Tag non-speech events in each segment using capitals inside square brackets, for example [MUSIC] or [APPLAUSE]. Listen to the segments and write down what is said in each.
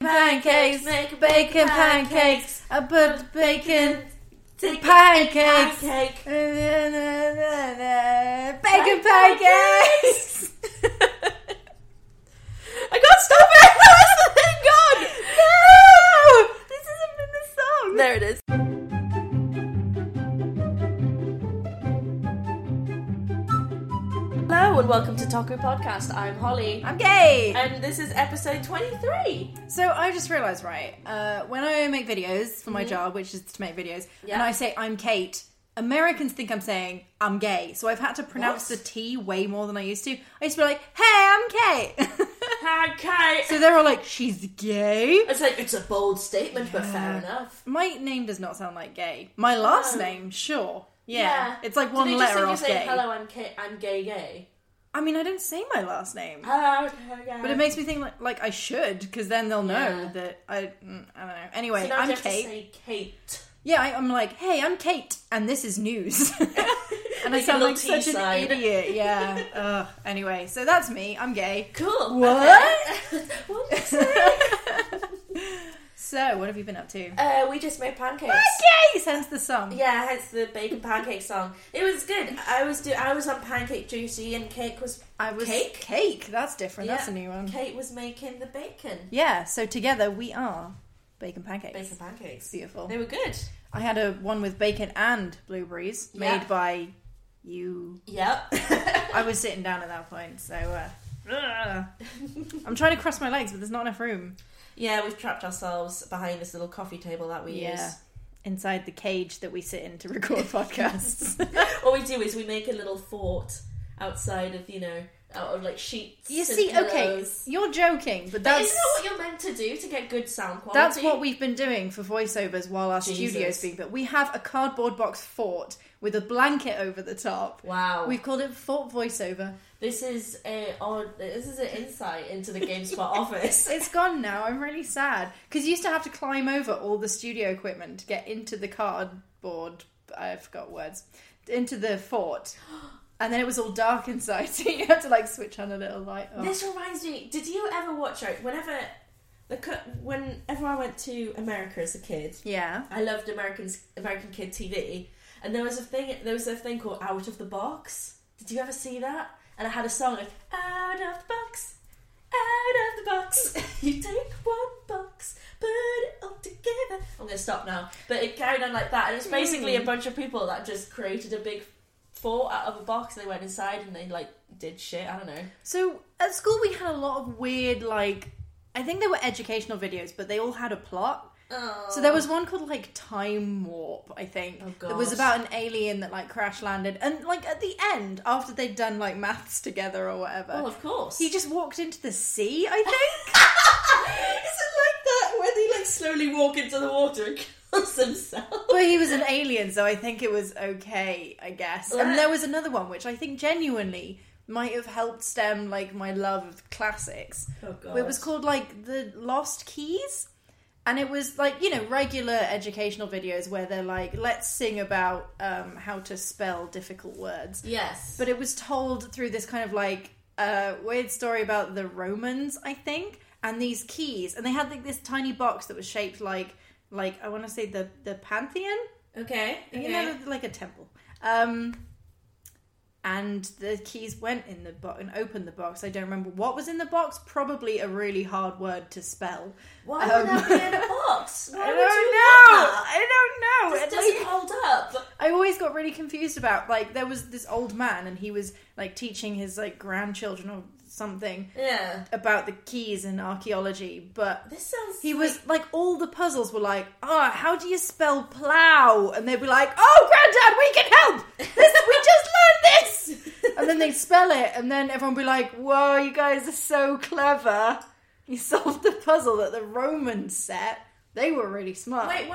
Pancakes, make bacon pancakes. I put the bacon to pancakes. Bacon pancakes. I can't stop it. Where's the thing gone? No, this isn't in the song. There it is. Hello and welcome to Taco Podcast. I'm Holly. I'm gay. and this is episode 23. So I just realised, right? Uh, when I make videos for my job, which is to make videos, and I say I'm Kate, Americans think I'm saying I'm gay. So I've had to pronounce What? the T way more than I used to. I used to be like, "Hey, I'm Kate." Hi, [LAUGHS] Kate. so they're all like, "She's [LAUGHS] gay." It's like, it's a bold statement, but fair enough. My name does not sound like gay. My last Um, name, sure. Yeah. it's like Did one they letter just off think you're gay. saying, Hello, I'm, Kate. I'm gay, gay. I mean, I don't say my last name, Hello, okay, gay. but it makes me think like, like I should because then they'll know Yeah. that I. mm, I don't know. Anyway, So now you I'm have to Kate. say Kate. Yeah, I, I'm like, hey, I'm Kate, and this is news. [LAUGHS] and I Like a sound little like such tea sign. an idiot. Yeah. Ugh. Anyway, so that's me. I'm gay. Cool. What? Okay. [LAUGHS] what did [LAUGHS] you say? So, what have you been up to? uh, we just made pancakes. Pancakes! Hence the song. Yeah, hence the bacon pancake song. It was good. I was do I was on pancake duty and cake was I was cake. Cake. That's different. That's a Yeah. new one. Kate was making the bacon. Yeah. So together we are bacon pancakes. Bacon pancakes. Beautiful. They were good. I had a one with bacon and blueberries Yeah. made by you. Yep. [LAUGHS] I was sitting down at that point, so. Uh, [LAUGHS] ugh. I'm trying to cross my legs, but there's not enough room. yeah, we've trapped ourselves behind this little coffee table that we Yeah. use. Inside the cage that we sit in to record [LAUGHS] podcasts. [LAUGHS] What we do is we make a little fort outside of, you know, out of like sheets. you and see, okay, pillows. you're joking, but But that's Isn't that what you're meant to do to get good sound quality? that's what we've been doing for voiceovers while our Jesus. studio's being built. We have a cardboard box fort with a blanket over the top. Wow. We've called it Fort Voiceover. This is a odd, this is an insight into the [LAUGHS] GameSpot office. [LAUGHS] It's gone now. I'm really sad because you used to have to climb over all the studio equipment to get into the cardboard. I forgot words. Into the fort, and then it was all dark inside, [LAUGHS] so you had to like switch on a little light. Oh. This reminds me. Did you ever watch right? Whenever the co- whenever I went to America as a kid, Yeah. I loved American American Kid TV, and there was a thing. There was a thing called Out of the Box. Did you ever see that? And I had a song of Out of the Box, Out of the Box. [LAUGHS] you take one box, put it all together. I'm gonna stop now. But it carried on like that, and it's basically a bunch of people that just created a big fort out of a box. and They went inside and they like did shit. I don't know. So at school we had a lot of weird like I think they were educational videos, but they all had a plot. So there was one called like Time Warp, I think. Oh, It was gosh. about an alien that like crash landed and like at the end, after they'd done like maths together or whatever. Well, Oh, of course. He just walked into the sea, I think. [LAUGHS] Is it like that where they like slowly walk into the water and [LAUGHS] kills themselves? but he was an alien, so I think it was okay, I guess. And there was another one which I think genuinely might have helped stem like my love of classics. Oh god. It was called like the Lost Keys, and it was like you know regular educational videos where they're like, let's sing about um, how to spell difficult words. Yes. But it was told through this kind of like uh, weird story about the Romans, I think, and these keys, and they had like this tiny box that was shaped like like I want to say the the Pantheon, okay. you know, like a temple. Um, and the keys went in the box and opened the box. I don't remember what was in the box. Probably a really hard word to spell. Why would that be in a [LAUGHS] box? Why I don't would know. you want that? I don't know. It And, doesn't like, hold up. I always got really confused about like there was this old man and he was like teaching his like grandchildren or something Yeah. about the keys in archaeology, but This sounds he like- was like all the puzzles were like, ah, how do you spell plow? And they'd be like, oh, granddad, we can help. This [LAUGHS] we just learned this. And then they'd spell it, and then everyone would be like, whoa, you guys are so clever. You solved the puzzle that the Romans set. They were really smart. Wait, why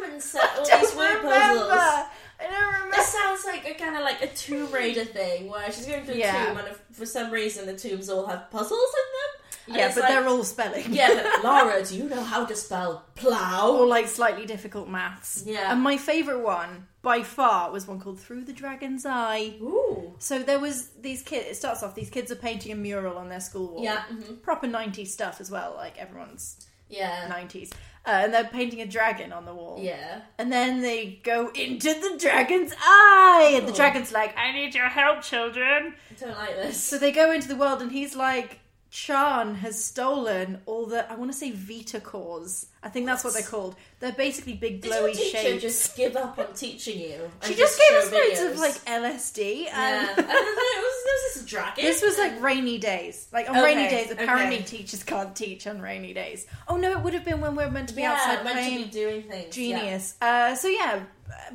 did the Romans set all [LAUGHS] I these word remember. puzzles? I don't remember. This sounds like a kind of like a Tomb Raider thing where she's going through Yeah. a tomb and if, for some reason the tombs all have puzzles in them. And yeah, it's but like, they're all spelling. [LAUGHS] Yeah, but Laura, do you know how to spell or [LAUGHS] plow? like slightly difficult maths. Yeah. And my favourite one by far was one called Through the Dragon's Eye. Ooh. So there was these kids. It starts off these kids are painting a mural on their school wall. Yeah, mhm. Proper '90s stuff as well. Like everyone's Yeah. '90s, uh, and they're painting a dragon on the wall. Yeah. And then they go into the dragon's eye, Oh. and the dragon's like, "I need your help, children." I don't like this. So they go into the world, and he's like, Chan has stolen all the, I want to say Vita cores. I think that's what they're called. They're basically big Did your glowy teacher shapes. just give up on teaching you? and she just gave show us loads of videos? like LSD, Yeah. and and then there was, there was this dragon. this was like rainy days. Like on Okay, rainy days, apparently okay. teachers can't teach on rainy days. Oh no, it would have been when we are meant to be yeah, outside meant playing. to be doing things. yeah. Genius. Uh, so yeah,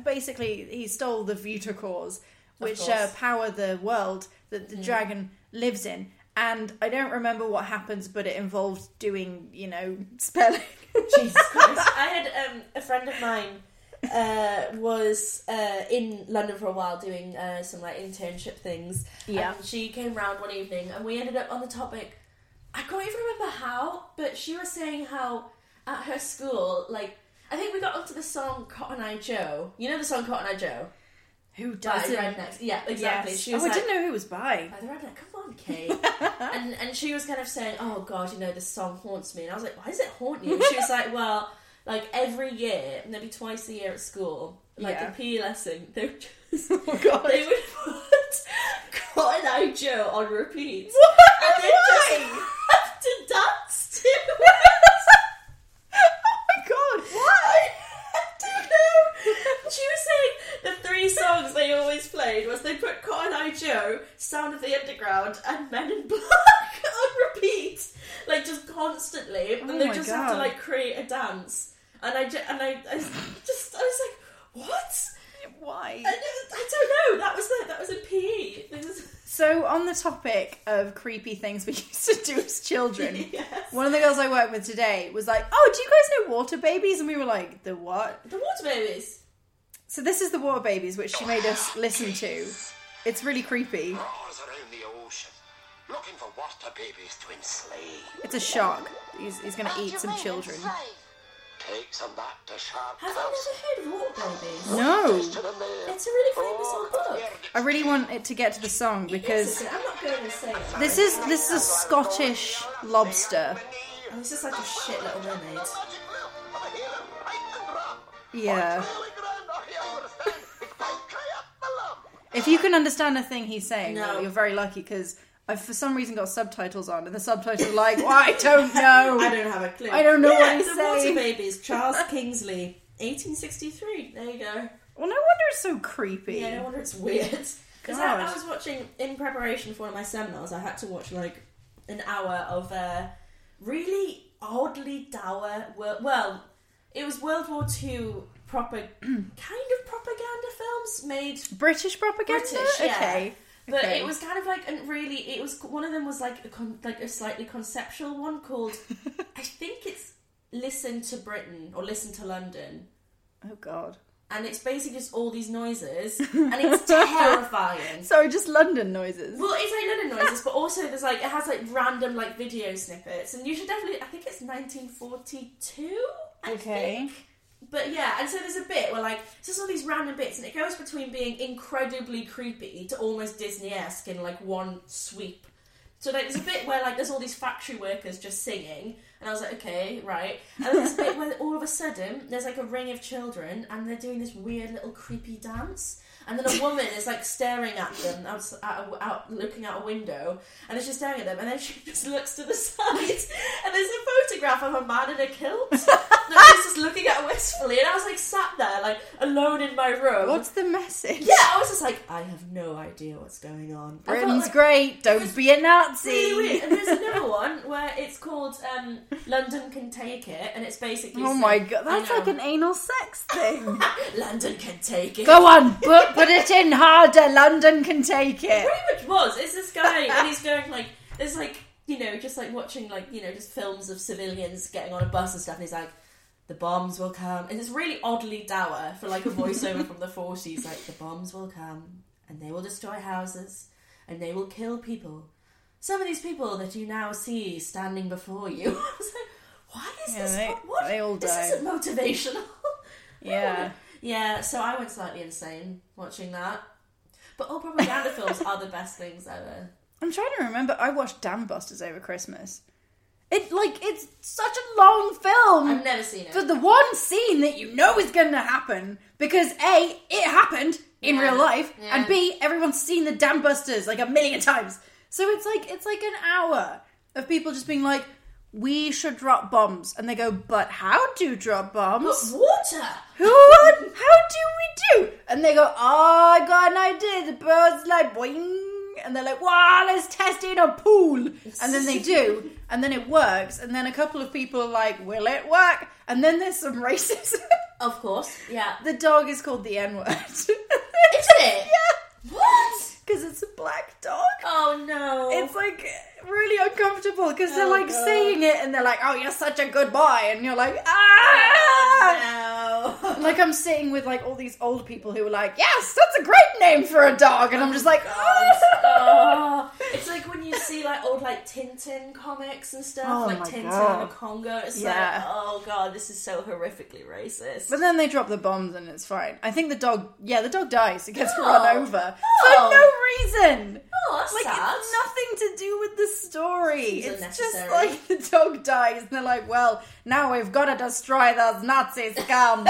basically he stole the Vita cores, which course. Mm-hmm. uh, power the world that the dragon lives in. And I don't remember what happens, but it involved doing, you know, spelling. Jesus Christ. I had um, a friend of mine uh, was uh, in London for a while doing uh, some like internship things. Yeah. And she came round one evening and we ended up on the topic. I can't even remember how, but she was saying how at her school, like, I think we got onto the song Cotton Eye Joe. You know the song Cotton Eye Joe? [LAUGHS] Who By doesn't? Rednecks. Yeah, exactly. Yes. She Oh, was I like, didn't know who was by. by the redneck. Come [LAUGHS] on, Kate. and and she was kind of saying, "Oh God, you know this song haunts me." And I was like, "Why does it haunt you?" And she was like, "Well, like every year, maybe twice a year at school, like Yeah. Oh, the PE lesson, they would [LAUGHS] just God. they would put Cotton Eye Joe on repeat, and they just Why? have to dance [LAUGHS] to it." Oh God, I don't know. She was saying the three songs they always played was they put Cotton Eye Joe, Sound of the Underground, and Men in Black [LAUGHS] on repeat, like just constantly, and Oh they my just have to God. like create a dance. And I ju- and I, I just I was like, what? why? And it- I don't know. That was the, that was a PE. This is- So, on the topic of creepy things we [LAUGHS] used to do as children, Yes. one of the girls I work with today was like, "Oh, do you guys know water babies?" And we were like, "The what?" The Water Babies. So this is the Water Babies, which she made us listen to. It's really creepy. roars around the ocean, looking for water babies to enslave. It's a shark. He's, he's going to eat some children. Take some back to sharp Have I never heard of Water Babies? No, to the mail. It's a really famous old book. I really want it to get to the song Oh, because I'm not going to say it. this is this is a Scottish lobster. And It's just like a shit little mermaid. Magic milk of a hero, right and wrong. Yeah. Really grand, oh, you understand? It's by Cry up the Lump. If you can understand a thing he's saying, No. well, you're very lucky because I've for some reason got subtitles on, and the subtitles are like, well, I [LAUGHS] don't know. I don't have a clue. I don't know what he's the saying. Water Babies, Charles [LAUGHS] Kingsley, 1863. There you go. Well, no wonder it's so creepy. Yeah, no wonder it's weird. Because I, God. I was watching in preparation for one of my seminars. I had to watch like an hour of uh, really oddly dour. Wor- well, it was World War Two proper [CLEARS THROAT] kind of propaganda films made British propaganda. British, yeah. Okay. But Okay. it was kind of like a really. It was one of them was like a con, like a slightly conceptual [LAUGHS] one called, I think it's "Listen to Britain" or "Listen to London," Oh God. and it's basically just all these noises, [LAUGHS] and it's terrifying. Sorry, just London noises. Well, it's like London noises, but also there's like it has like random like video snippets, and you should definitely. I think it's 1942. I Okay. Think. But yeah, and so there's a bit where like it's just all these random bits, and it goes between being incredibly creepy to almost Disney-esque in like one sweep. So like, there's a bit where like there's all these factory workers just singing, and I was like, okay, right. And then there's a bit where all of a sudden there's like a ring of children, and they're doing this weird little creepy dance, and then a woman is like staring at them out, out, out looking out a window and it's just staring at them and then she [LAUGHS] just looks to the side and there's a photograph of a man in a kilt [LAUGHS] and she's just looking at wistfully and I was like sat there like alone in my room What's the message? yeah I was just like I have no idea what's going on I felt Britain's like- great. Don't be a Nazi. Really weird. And [LAUGHS] there's another one where it's called um, London Can Take It, and it's basically. Oh saying- my god, I that's know. like an anal sex [LAUGHS] thing. London can take it. Go on, put, put it in harder. London can take it. Pretty much was. It's this guy, [LAUGHS] and he's going like, there's like, you know, just like watching like, you know, just films of civilians getting on a bus and stuff, and he's like, the bombs will come, and it's really oddly dour for like a voiceover from the 40s, like, the bombs will come, and they will destroy houses, and they will kill people. Some of these people that you now see standing before you. [LAUGHS] I was like, why is Yeah, this? they- what? they all this died. isn't motivational. Yeah. Yeah, so I went slightly insane watching that. But all propaganda films are the best things ever. I'm trying to remember. I watched Dam Busters over Christmas. It like it's such a long film. I've never seen it. for the one scene that you know is going to happen because a it happened in real life and b everyone's seen the dam busters like a million times so it's like it's like an hour of people just being like we should drop bombs and they go but how do you drop bombs Water! who on how do we do and they go oh i got an idea the bird's like boing and they're like, wow, let's test it in a pool. And then they [LAUGHS] do, and then it works. And then a couple of people are like, will it work? And then there's some racism. Of course, yeah. the dog is called the N word. Isn't it? [LAUGHS] Yeah. What? Because it's a black dog. Oh no. It's like really uncomfortable because they're like Oh, God. saying it and they're like, oh, you're such a good boy. And you're like, ah! no. [LAUGHS] Like I'm sitting with like all these old people who are like, yes, that's a great name for a dog, and I'm just like, [LAUGHS] Oh, it's like when you see like old like Tintin comics and stuff, Oh like my Tintin God. and the Congo. It's Yeah. like, oh god, this is so horrifically racist. But then they drop the bombs and it's fine. I think the dog, yeah, the dog dies. It gets Oh. run over for no reason. oh, that's Like sad. it's nothing to do with the story. Seems It's just unnecessary. like the dog dies, and they're like, "Well, now we've got to destroy those [LAUGHS] Nazi scum."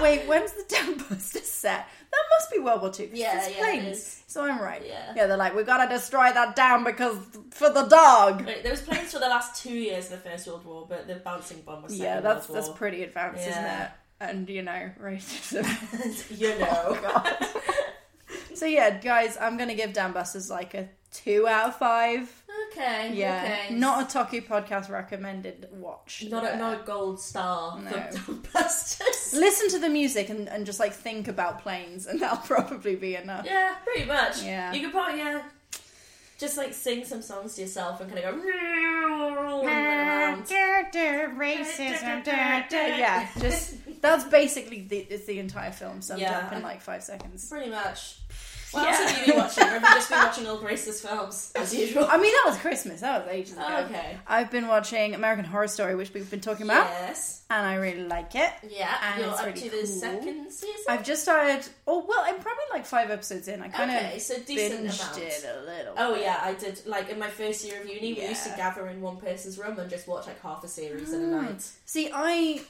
Wait, when's the Dam Buster set? That must be World War Two. 'cause Yeah, it's yeah, it planes. is. So I'm right. Yeah. yeah. They're like, "We got to destroy that down because for the dog." Right, There was planes for the last two years of the First World War, but the bouncing bomb was second yeah, that's World that's War. pretty advanced, Yeah. isn't it? And you know, racism. [LAUGHS] [LAUGHS] Oh You know, so yeah, guys, I'm gonna give Dam Busters like a two out of five. okay, Yeah, okay. not a Toku podcast recommended watch. not a, not a gold star No. for [LAUGHS] busters. listen to the music and, and just like think about planes and that'll [LAUGHS] probably be enough Yeah, pretty much. Yeah. you could probably yeah, just like sing some songs to yourself and kind of go and run around. yeah just that's basically the it's the entire film summed Yeah. up in like five seconds Pretty much. What else have you been watching? Or have you just been watching old racist films as usual? i mean that was christmas that was ages ago Oh, okay. i've been watching american horror story which we've been talking about yes. and i really like it Yeah, and you're it's up really to the cool. second season. i've just started oh well i'm probably like five episodes in i kind Okay, of so decent binged amount. it a little Oh yeah, I did. Like in my first year of uni, we used to Yeah. Oh. gather in one person's room and just watch like half a series in a night. See, I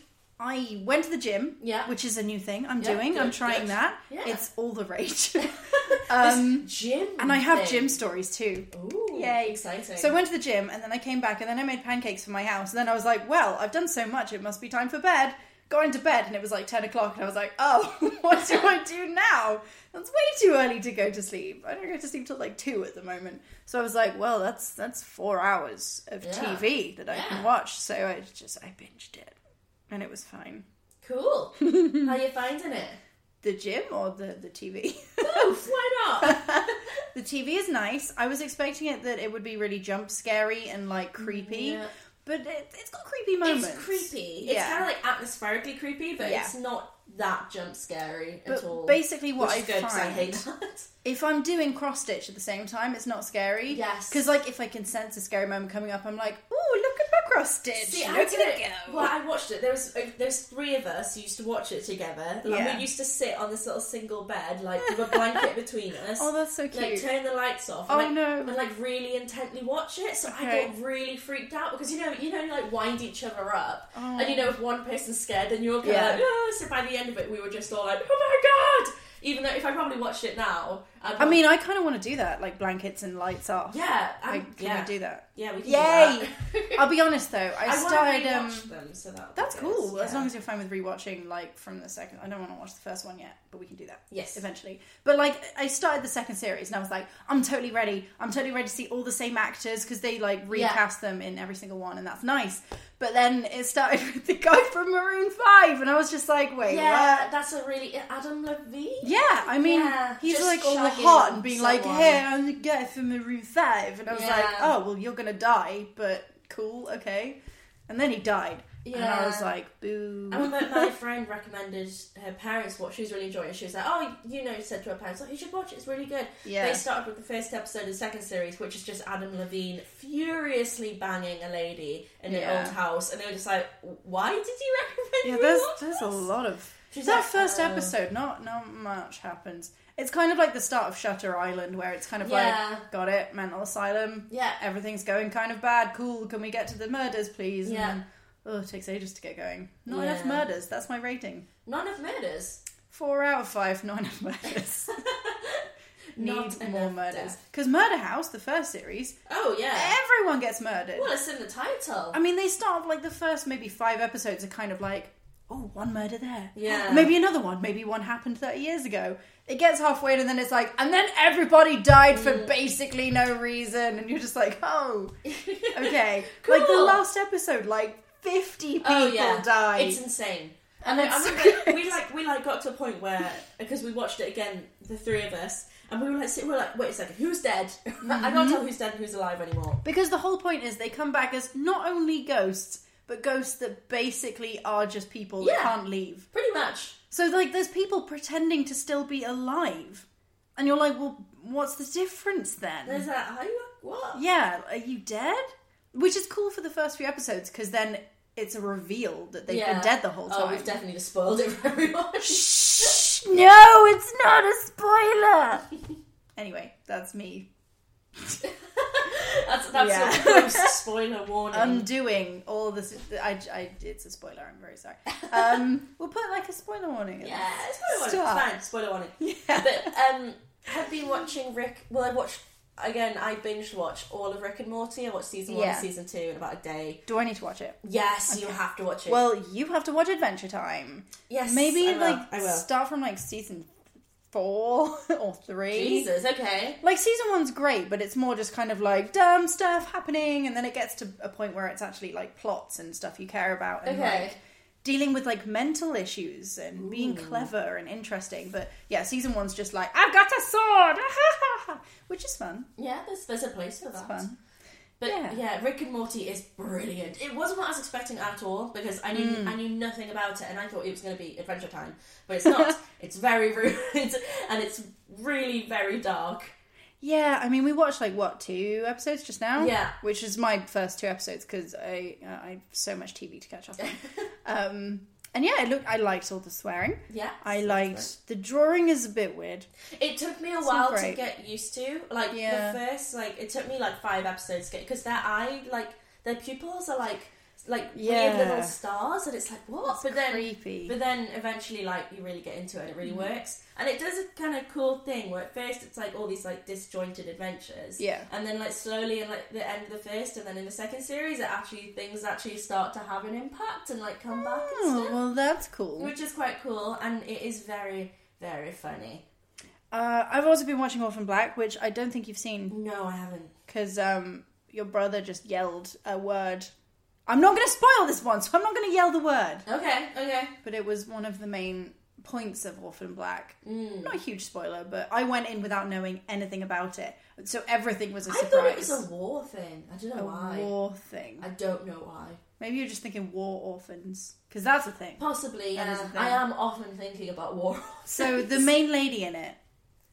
I went to the gym, Yeah. which is a new thing I'm Yeah, doing. I'm good, trying good. that. Yeah. It's all the [LAUGHS] rage. um, Gym. and I have thing. gym stories too. Ooh, Yay. exciting. So I went to the gym and then I came back and then I made pancakes for my house and then I was like, well, I've done so much, it must be time for bed. Got into bed and it was like ten o'clock and I was like, oh, [LAUGHS] what do I do now? That's way too early to go to sleep. I don't go to sleep till like two at the moment. So I was like, well, that's that's four hours of TV that I Yeah. can watch. So I just I binged it and it was fine. [LAUGHS] cool. How you finding it? The gym or the the TV? [LAUGHS] Oof, why not? The TV is nice. I was expecting it that it would be really jump scary and like creepy, Yeah. but it, it's got creepy moments. It's creepy. It's Yeah. kind of like atmospherically creepy, but Yeah. it's not that jump scary at But all. basically what Which I is good 'cause I find- hate that. If I'm doing cross stitch at the same time, it's not scary. Yes. because like if I can sense a scary moment coming up, I'm like, "Ooh, look at my cross stitch! See, look I at did it it. go!" Well, I watched it. There was uh, there was three of us who used to watch it together. Like, Yeah. We used to sit on this little single bed, like with a [LAUGHS] blanket between us. Oh, that's so Like cute. turn the lights off. Oh, and, like, no. And like really intently watch it. So I Okay. got really freaked out because you know you know you, like wind each other up, and you know if one person's scared, then you're kind Oh. Yeah. of like, oh. So by the end of it, we were just all like, oh my god. Even though if I probably watched it now, I'd I mean, I kind of want to do that, like blankets and lights off. yeah, I, Like, can yeah. we do that? Yeah, we can. Yay! Do that. [LAUGHS] I'll be honest though, I, I started. want Um, to rewatch them, so that that's cool. As long yeah. as you're fine with rewatching, like from the second. I don't want to watch the first one yet, but we can do that. Yes. eventually. But like, I started the second series, and I was like, I'm totally ready. I'm totally ready to see all the same actors because they like recast them in every single one, and that's nice. But then it started [LAUGHS] with the guy from Maroon Five, and I was just like, wait, Yeah, what? that's a really Adam Levine. Yeah, I mean, Yeah, he's just like all shagging hot and being like, someone. "Hey, I'm the guy from Maroon 5. and I was like, Yeah. "Oh, well, you're gonna die, but cool, okay." And then he died, and I Yeah. was like, "Boo!" I remember my friend recommended her parents watch. She was really enjoying it. She was like, "Oh, you know," said to her parents, "Oh, you should watch it. It's really good." Yeah. They started with the first episode of the second series, which is just Adam Levine furiously banging a lady in Yeah. an old house, and they were just like, "Why did you yeah, recommend?" there's we watch there's a this?" lot of She's that like, first "Oh." episode. Not not much happens. It's kind of like the start of Shutter Island, where it's kind of Yeah. like, "Got it, mental asylum. Yeah. everything's going kind of bad. Cool. Can we get to the murders, please?" And Yeah. then, oh, it takes ages to get going. Not Yeah. enough murders. That's my rating. None of murders. Four out of five, nine of murders. Need [LAUGHS] Not more enough murders. death. Because Murder House, the first series, Oh yeah. everyone gets murdered. Well, it's in the title. I mean, they start off like the first maybe five episodes are kind of like, oh, one murder there. Yeah. Maybe another one. Maybe one happened 30 years ago. It gets halfway in and then it's like, and then everybody died for Mm. basically no reason. And you're just like, [LAUGHS] oh, okay. Like the Cool. last episode, like 50 people oh yeah. died. It's insane. and I it's remember we like we like got to a point where because we watched it again, the three of us, and we were like, sit- we were like, wait a second, who's dead? [LAUGHS] I can't Mm-hmm. tell who's dead and who's alive anymore. Because the whole point is they come back as not only ghosts, but ghosts that basically are just people that Yeah. can't leave. Pretty much. So like there's people pretending to still be alive. And you're like, well, what's the difference then? There's that. Are you what? yeah, are you dead? Which is cool for the first few episodes because then it's a reveal that they've been dead the whole time. Oh, we've definitely just spoiled it for [LAUGHS] [LAUGHS] everyone. Shh, no, it's not a spoiler. [LAUGHS] anyway, that's me that's that's Yeah. Um, a gross spoiler warning. undoing all this. I, I, it's a spoiler. I'm very [LAUGHS] sorry. Um, we'll put like a spoiler warning. in yeah, this. spoiler warning. Stop. It's fine. Spoiler warning. But um, have been watching Rick. Well, I watched again. I binge watch all of Rick and Morty. I watched season one, Yeah. and season two in about a day. Do I need to watch it? Yes, you have to watch it. Well, you have to watch Adventure Time. yes, Maybe I will, like I will. start from like season four [LAUGHS] or three. Jesus, okay. Like season one's great, but it's more just kind of like dumb stuff happening, and then it gets to a point where it's actually like plots and stuff you care about, and Okay. like dealing with like mental issues and being clever and interesting. But yeah, season one's just like I've got a sword, [LAUGHS] which is fun. Yeah, there's there's a place for that. fun. But Yeah. yeah. Rick and Morty is brilliant. It wasn't what I was expecting at all because I knew Mm. I knew nothing about it and I thought it was going to be Adventure Time, but [LAUGHS] it's not. it's very rude [LAUGHS] and it's really very dark. Yeah, I mean, we watched like what two episodes just now. Yeah. which is my first two episodes because I uh, I have so much TV to catch up on. [LAUGHS] um, and yeah, I look, I liked all the swearing. Yeah, I liked the drawing is a bit weird. It took me a while to great. get used to. Like Yeah. the first, like it took me like five episodes to get because their eye, like their pupils are like like Yeah. weird little stars, and it's like what? but then, creepy. Mm-hmm. but then eventually, like you really get into it, and it really works, and it does a kind of cool thing where at first it's like all these like disjointed adventures, Yeah. and then like slowly in like the end of the first, and then in the second series, it actually things actually start to have an impact and like come back and Oh stuff, well, that's cool. which is quite cool, and it is very very funny. Uh, I've also been watching Orphan Black, which I don't think you've seen No, I haven't. because um, your brother just yelled a word. I'm not going to spoil this one, so I'm not going to yell the word. Okay, okay. But it was one of the main points of Orphan Black. Mm. Not a huge spoiler, but I went in without knowing anything about it, so everything was a I thought it surprise. was a war thing. I don't know why. war thing. I don't know why. Maybe you're just thinking war orphans because that's a thing. Possibly, That yeah. is a thing. I am often thinking about war. [LAUGHS] [LAUGHS] So the main lady in it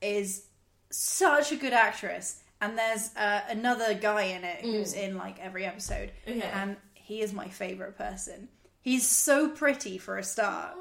is such a good actress, and there's uh, another guy in it who's in like every episode, Mm. Okay. and he is my favorite person. He's so pretty for a start,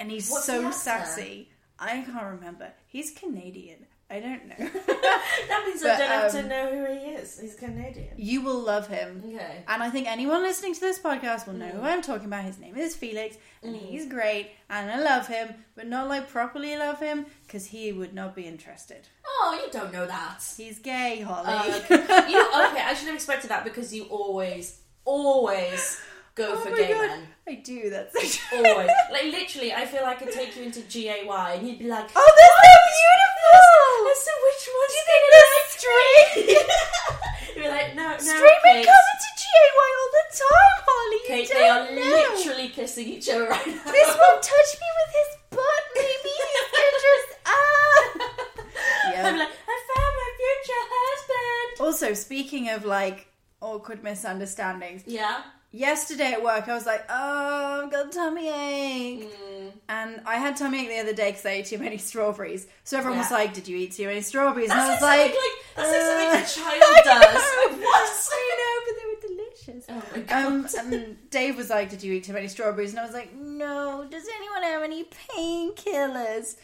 and he's Oh, What's the so actor? sassy. I can't remember. He's Canadian, I don't [LAUGHS] know. That means I But, don't have to um, know who he is. He's [LAUGHS] Canadian. you will love him. Okay. Mm. And I think anyone listening to this podcast will know who I'm talking about. His name is Felix, and he's great, and I love him, but not like properly love him, because he would not be interested. Oh, you don't [LAUGHS] know that. He's gay, Holly. [LAUGHS] you know, Uh, okay, I should have expected that because you always, always go oh for my gay god, men. I do. That's [LAUGHS] Always. like, literally, I feel like I could take you into GAY and you'd be like, Oh, they're so beautiful. Listen, which one's Do you think they're straight? straight? [LAUGHS] You'd be like, no, no. Straight men Kate. come into GAY all the time, Holly. You Kate, don't they are know. literally kissing each other right now. [LAUGHS] This one touched me with his butt. Maybe he's [LAUGHS] interested. Ah. Yeah. I'm like, I found my future husband. Also, speaking of like awkward misunderstandings, Yeah. yesterday at work I was like, oh, I've got a tummy ache. Mm. And I had tummy ache the other day because I ate too many strawberries. So everyone was Yeah. like, did you eat too many strawberries? That's and I was like, like, uh, something like, that's like something [LAUGHS] a I child does. know. Like, [LAUGHS] what? I know, but they were delicious. Oh my god. Um, and Dave was like, "Did you eat too many strawberries?" And I was like, "No." Does anyone have any painkillers?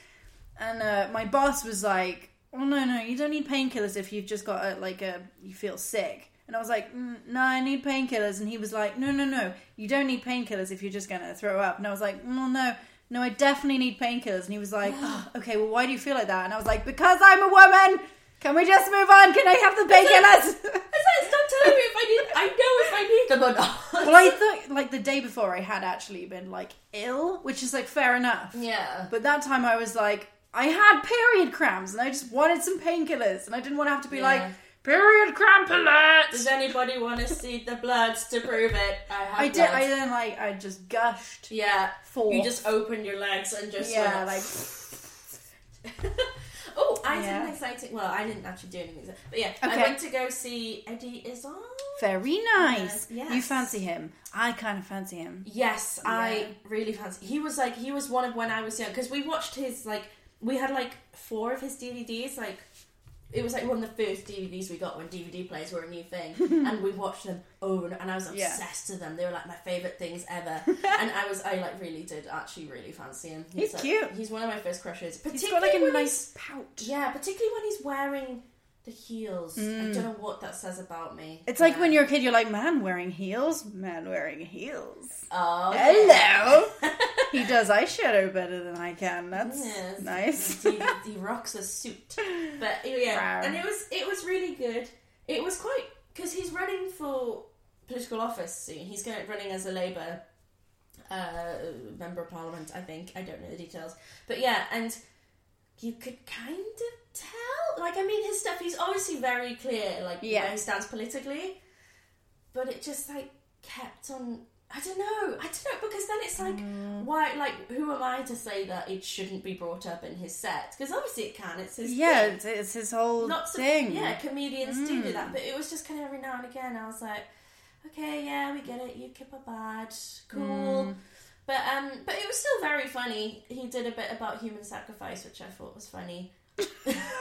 And uh, my boss was like, "Oh no, no, you don't need painkillers if you've just got a, like a you feel sick." And I was like, mm, "No, I need painkillers." And he was like, "No, no, no, you don't need painkillers if you're just gonna throw up." And I was like, "Well, no." No, I definitely need painkillers. And he was [GASPS] like, oh, okay, well, why do you feel like that? And I was like, because I'm a woman. Can we just move on? Can I have the painkillers? I said, stop telling me if I need. I know if I need them or not. Well, I thought like the day before I had actually been like ill, which is like fair enough. [LAUGHS] yeah. But that time I was like, I had period cramps and I just wanted some painkillers and I didn't want to have to be like, period cramp alert. Does anybody want to see the bloods to prove it? I have. I did. I bloods. then like I just gushed. yeah. Forth. You just open your legs and just Yeah, like [LAUGHS] oh, I did Yeah. an exciting. Well, I didn't actually do anything, exciting, but yeah, Okay. I went to go see Eddie Izzard. very nice. Yeah, You yes. fancy him? I kind of fancy him. Yes, I really fancy. He was like he was one of when I was young because we watched his like we had like four of his DVDs like. It was like one of the first DVDs we got when DVD players were a [LAUGHS] new thing, and we watched them over and, and I was Yeah. obsessed with them. They were like my favorite things ever, [LAUGHS] and I was I like really did actually really fancy him. He's like, cute. He's one of my first crushes. He's got like a particularly when nice pouch. Yeah, particularly when he's wearing the heels. I don't know what that says about me. Mm. It's like Yeah. when you're a kid, you're like, man wearing heels, man wearing heels. Oh, [LAUGHS] Hello. he does eyeshadow better than I can. That's Yes. nice. he, he rocks a suit. But yeah, Wow. and it was it was really good. It was quite because he's running for political office soon. He's going running as a Labour uh, member of Parliament. I think I don't know the details, but yeah, and you could kind of tell. Like, I mean, his stuff. He's obviously very clear, like Yeah. where he stands politically. But it just like kept on. I don't know. I don't know because then it's like, Mm. why? Like, who am I to say that it shouldn't be brought up in his set? Because obviously it can. It's his Yeah, thing. it's, it's his whole Lots of thing. Mm. yeah, comedians do do that, but it was just kind of every now and again. I was like, okay, yeah, we get it. You keep a bad, cool. Mm. But um, but it was still very funny. He did a bit about human sacrifice, which I thought was funny. [LAUGHS]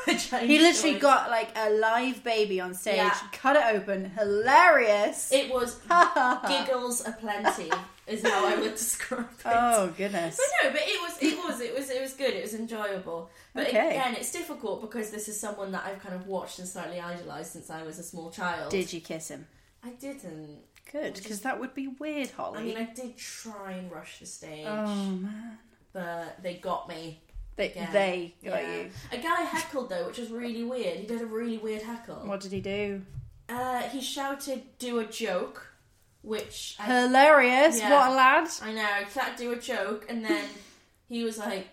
Which I He literally enjoyed. got like a live baby on stage, Yeah. cut it open, hilarious. [LAUGHS] it was giggles aplenty is how I would describe [LAUGHS] it. oh goodness! But no, but it was it was it was it was good. It was enjoyable. But Okay. again, it's difficult because this is someone that I've kind of watched and slightly idolized since I was a small child. Did you kiss him? I didn't. Good, because that would be weird, Holly. I mean, I did try and rush the stage, oh man, but they got me. they Yeah. they got Yeah. you. A guy heckled though, which was really weird. He did a really weird heckle. What did he do? Uh, he shouted, "Do a joke," which I, Hilarious! Yeah. Uh, What a lad! I know. I can't do a joke, and then [LAUGHS] he was like,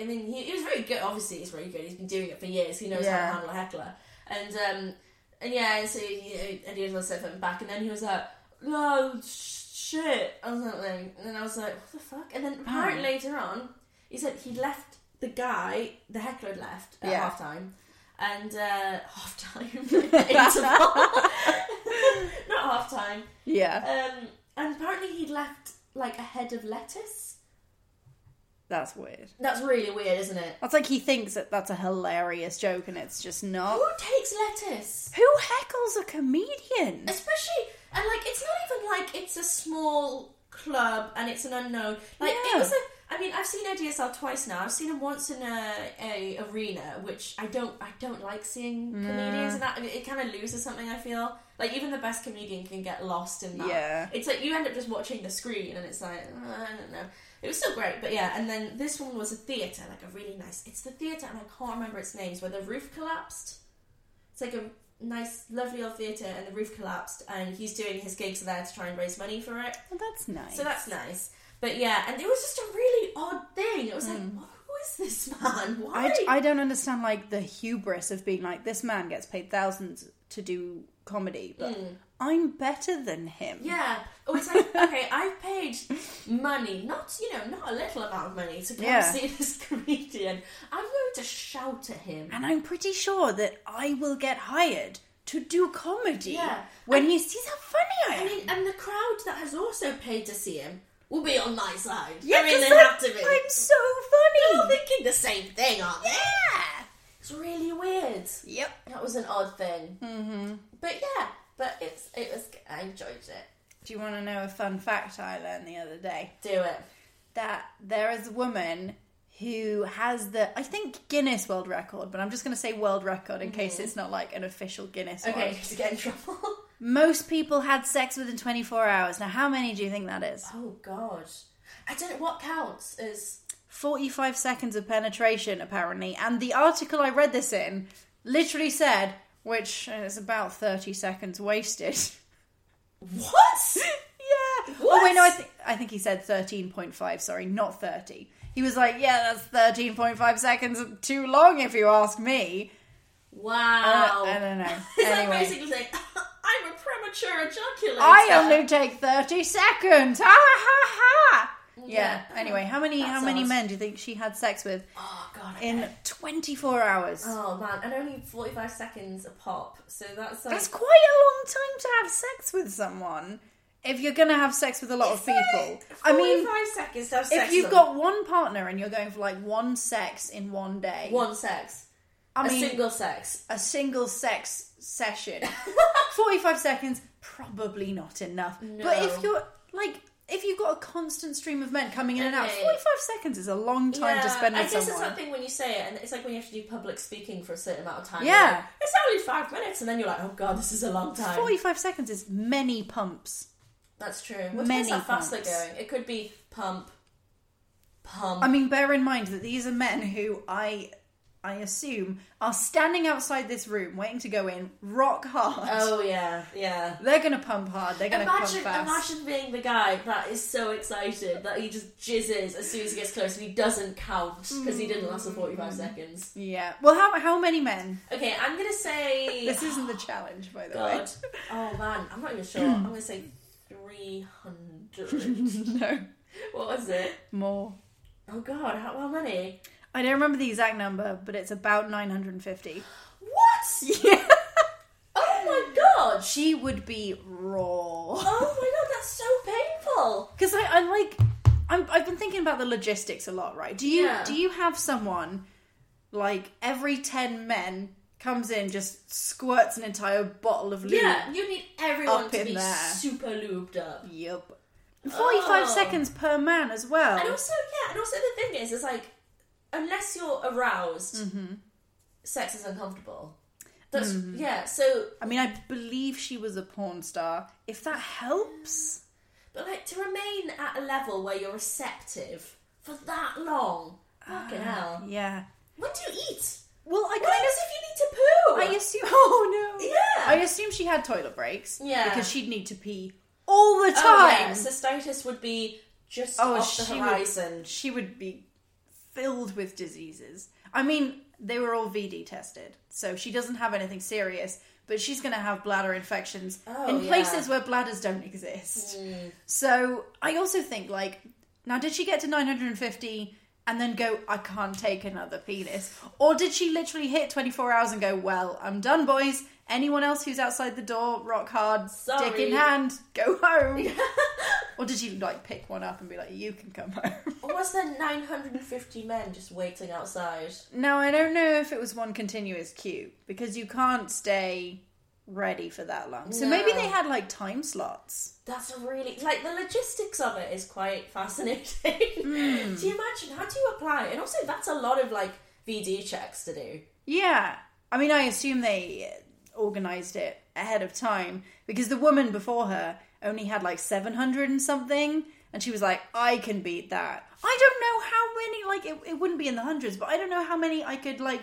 I mean, he, he was very good. Obviously, he's very good. He's been doing it for years. He knows Yeah. how to handle a heckler. And um, and yeah, and so you know, and he was said something back, and then he was like, "No shit," or something. And I was like, "What the fuck?" And then Oh. apparently later on, he said he left the guy, the heckler had left at Yeah. half time. And uh, [LAUGHS] half time, [LAUGHS] interval, not half time. Yeah, Um, and apparently he'd left like a head of lettuce. that's weird. That's really weird, isn't it? That's like he thinks that that's a hilarious joke, and it's just not. Who takes lettuce? Who heckles a comedian? Especially, and like, it's not even like it's a small club and it's an unknown. Like, Yeah. it was a. I mean, I've seen ODSL twice now. I've seen him once in a, a arena, which I don't I don't like seeing comedians in that. I mean, it kind of loses something. I feel like even the best comedian can get lost in that. Yeah. it's like you end up just watching the screen, and it's like uh, I don't know. It was still great, but yeah. And then this one was a theater, like a really nice. It's the theater, and I can't remember its names. Where the roof collapsed. It's like a nice, lovely old theater, and the roof collapsed, and he's doing his gigs there to try and raise money for it. Well, that's nice. So that's nice. But yeah, and it was just a really odd thing. It was like, who is this man? I, Why? I I, don't understand like the hubris of being like this man gets paid thousands to do comedy, but I'm better than him. Hmm. yeah. Oh, it's like, okay, I've paid money, not, you know, not a little amount of money to go Yeah. and see this [LAUGHS] comedian. I'm going to shout at him. and I'm pretty sure that I will get hired to do comedy Yeah. when And- he sees how funny I I am. mean, and the crowd that has also paid to see him will be on my side. I 'cause mean, they I'm- have to be. I'm so They're all funny. thinking the same thing, aren't they? yeah. It's really weird. Yep. That was an odd thing. Mm-hmm. But yeah, but it's it was. I enjoyed it. Do you want to know a fun fact I learned the other day? Do it. That there is a woman who has the I think Guinness World Record, but I'm just going to say world record in case it's not like an official Guinness. one. Mm-hmm. Okay, [LAUGHS] to get in trouble. Most people had sex within 24 hours. Now, how many do you think that is? oh god, I don't know what counts as. 45 seconds of penetration, apparently. And the article I read this in literally said, which is about 30 seconds wasted. [LAUGHS] What? yeah. What? Oh, wait, no, I, think I think he said 13.5, sorry, not 30. He was like, yeah, that's 13.5 seconds too long, if you ask me. Uh, Wow. I don't know. [LAUGHS] It's Anyway. like basically saying, [LAUGHS] I'm a premature ejaculator. I only take 30 seconds. Ha ha ha. Yeah. Yeah. Anyway, how many how That's many odd. men do you think she had sex with Oh god. I in bet. 24 hours? Oh man, and only 45 seconds a pop. So that's like. That's quite a long time to have sex with someone if you're going to have sex with a lot of people. I mean, 45 seconds to have sex. if you've with got one partner and you're going for like one sex in one day, one sex, I a mean, single sex. a single sex [LAUGHS] session, 45 seconds, probably not enough. But if you're like, if you've got a constant stream of men coming in and out, Okay. 45 seconds is a long time to Yeah, spend I with guess it's someone. something when you say it, and it's like when you have to do public speaking for a certain amount of time. Yeah. You're like, it's only five minutes, and then you're like, oh god, this is a long time. 45 seconds is many pumps. That's true. What Many depends how fast they're pumps. going. It could be pump, pump. I mean, bear in mind that these are men who I I assume are standing outside this room waiting to go in rock hard. oh yeah, yeah. They're gonna pump hard, they're gonna Imagine, pump fast. imagine being the guy that is so excited that he just jizzes as soon as he gets close, and he doesn't count because he didn't last for Mm. forty-five seconds. Yeah. Well how how many men? Okay, I'm gonna say. This isn't the challenge, by the God. way. Oh man, I'm not [CLEARS THROAT] even sure. I'm gonna say three hundred. [LAUGHS] [LAUGHS] No. what was it? More. Oh god, how, how many? I don't remember the exact number, but it's about nine hundred and [LAUGHS] fifty. What? [LAUGHS] Yeah. Oh my god! She would be raw. Oh my god, that's so painful. Because I, I like, I'm, I've been thinking about the logistics a lot, right? Do you Yeah. do you have someone like every ten men comes in just squirts an entire bottle of lube? Yeah, you need everyone Up to in be there. super lubed up. Yup. Forty-five Oh. seconds per man as well. And also, yeah, and also the thing is, is like, unless you're aroused, Mm-hmm. sex is uncomfortable. That's yeah. So, I mean, I believe she was a porn star. If that helps, but like to remain at a level where you're receptive for that long, fucking hell. Ah, yeah. When do you eat? Well, I What kind happens if you need to poo? I assume. [LAUGHS] Oh no. Yeah. I assume she had toilet breaks. Yeah. Because she'd need to pee all the time. Oh, yeah, cystitis would be just Oh, off the horizon. Would, she would be filled with diseases. I mean, they were all VD tested, so she doesn't have anything serious. But she's going to have bladder infections in Oh, yeah. Mm. places where bladders don't exist. So I also think like now, did she get to 950 and then go, I can't take another penis? Or did she literally hit 24 hours and go, Well, I'm done, boys. Anyone else who's outside the door, rock hard, dick Sorry. in hand, go home. or did she like pick one up and be like, You can come home? Or was there 950 men just waiting outside? now, I don't know if it was one continuous queue because you can't stay ready for that long. So maybe they had like time slots. That's a really like the logistics of it is quite fascinating. [LAUGHS] Hmm. do you imagine how do you apply? And also, that's a lot of like VD checks to do. Yeah. I mean, I assume they organized it ahead of time because the woman before her only had like 700 and something. And she was like, I can beat that. I don't know how many, like, it, it wouldn't be in the hundreds, but I don't know how many I could, like,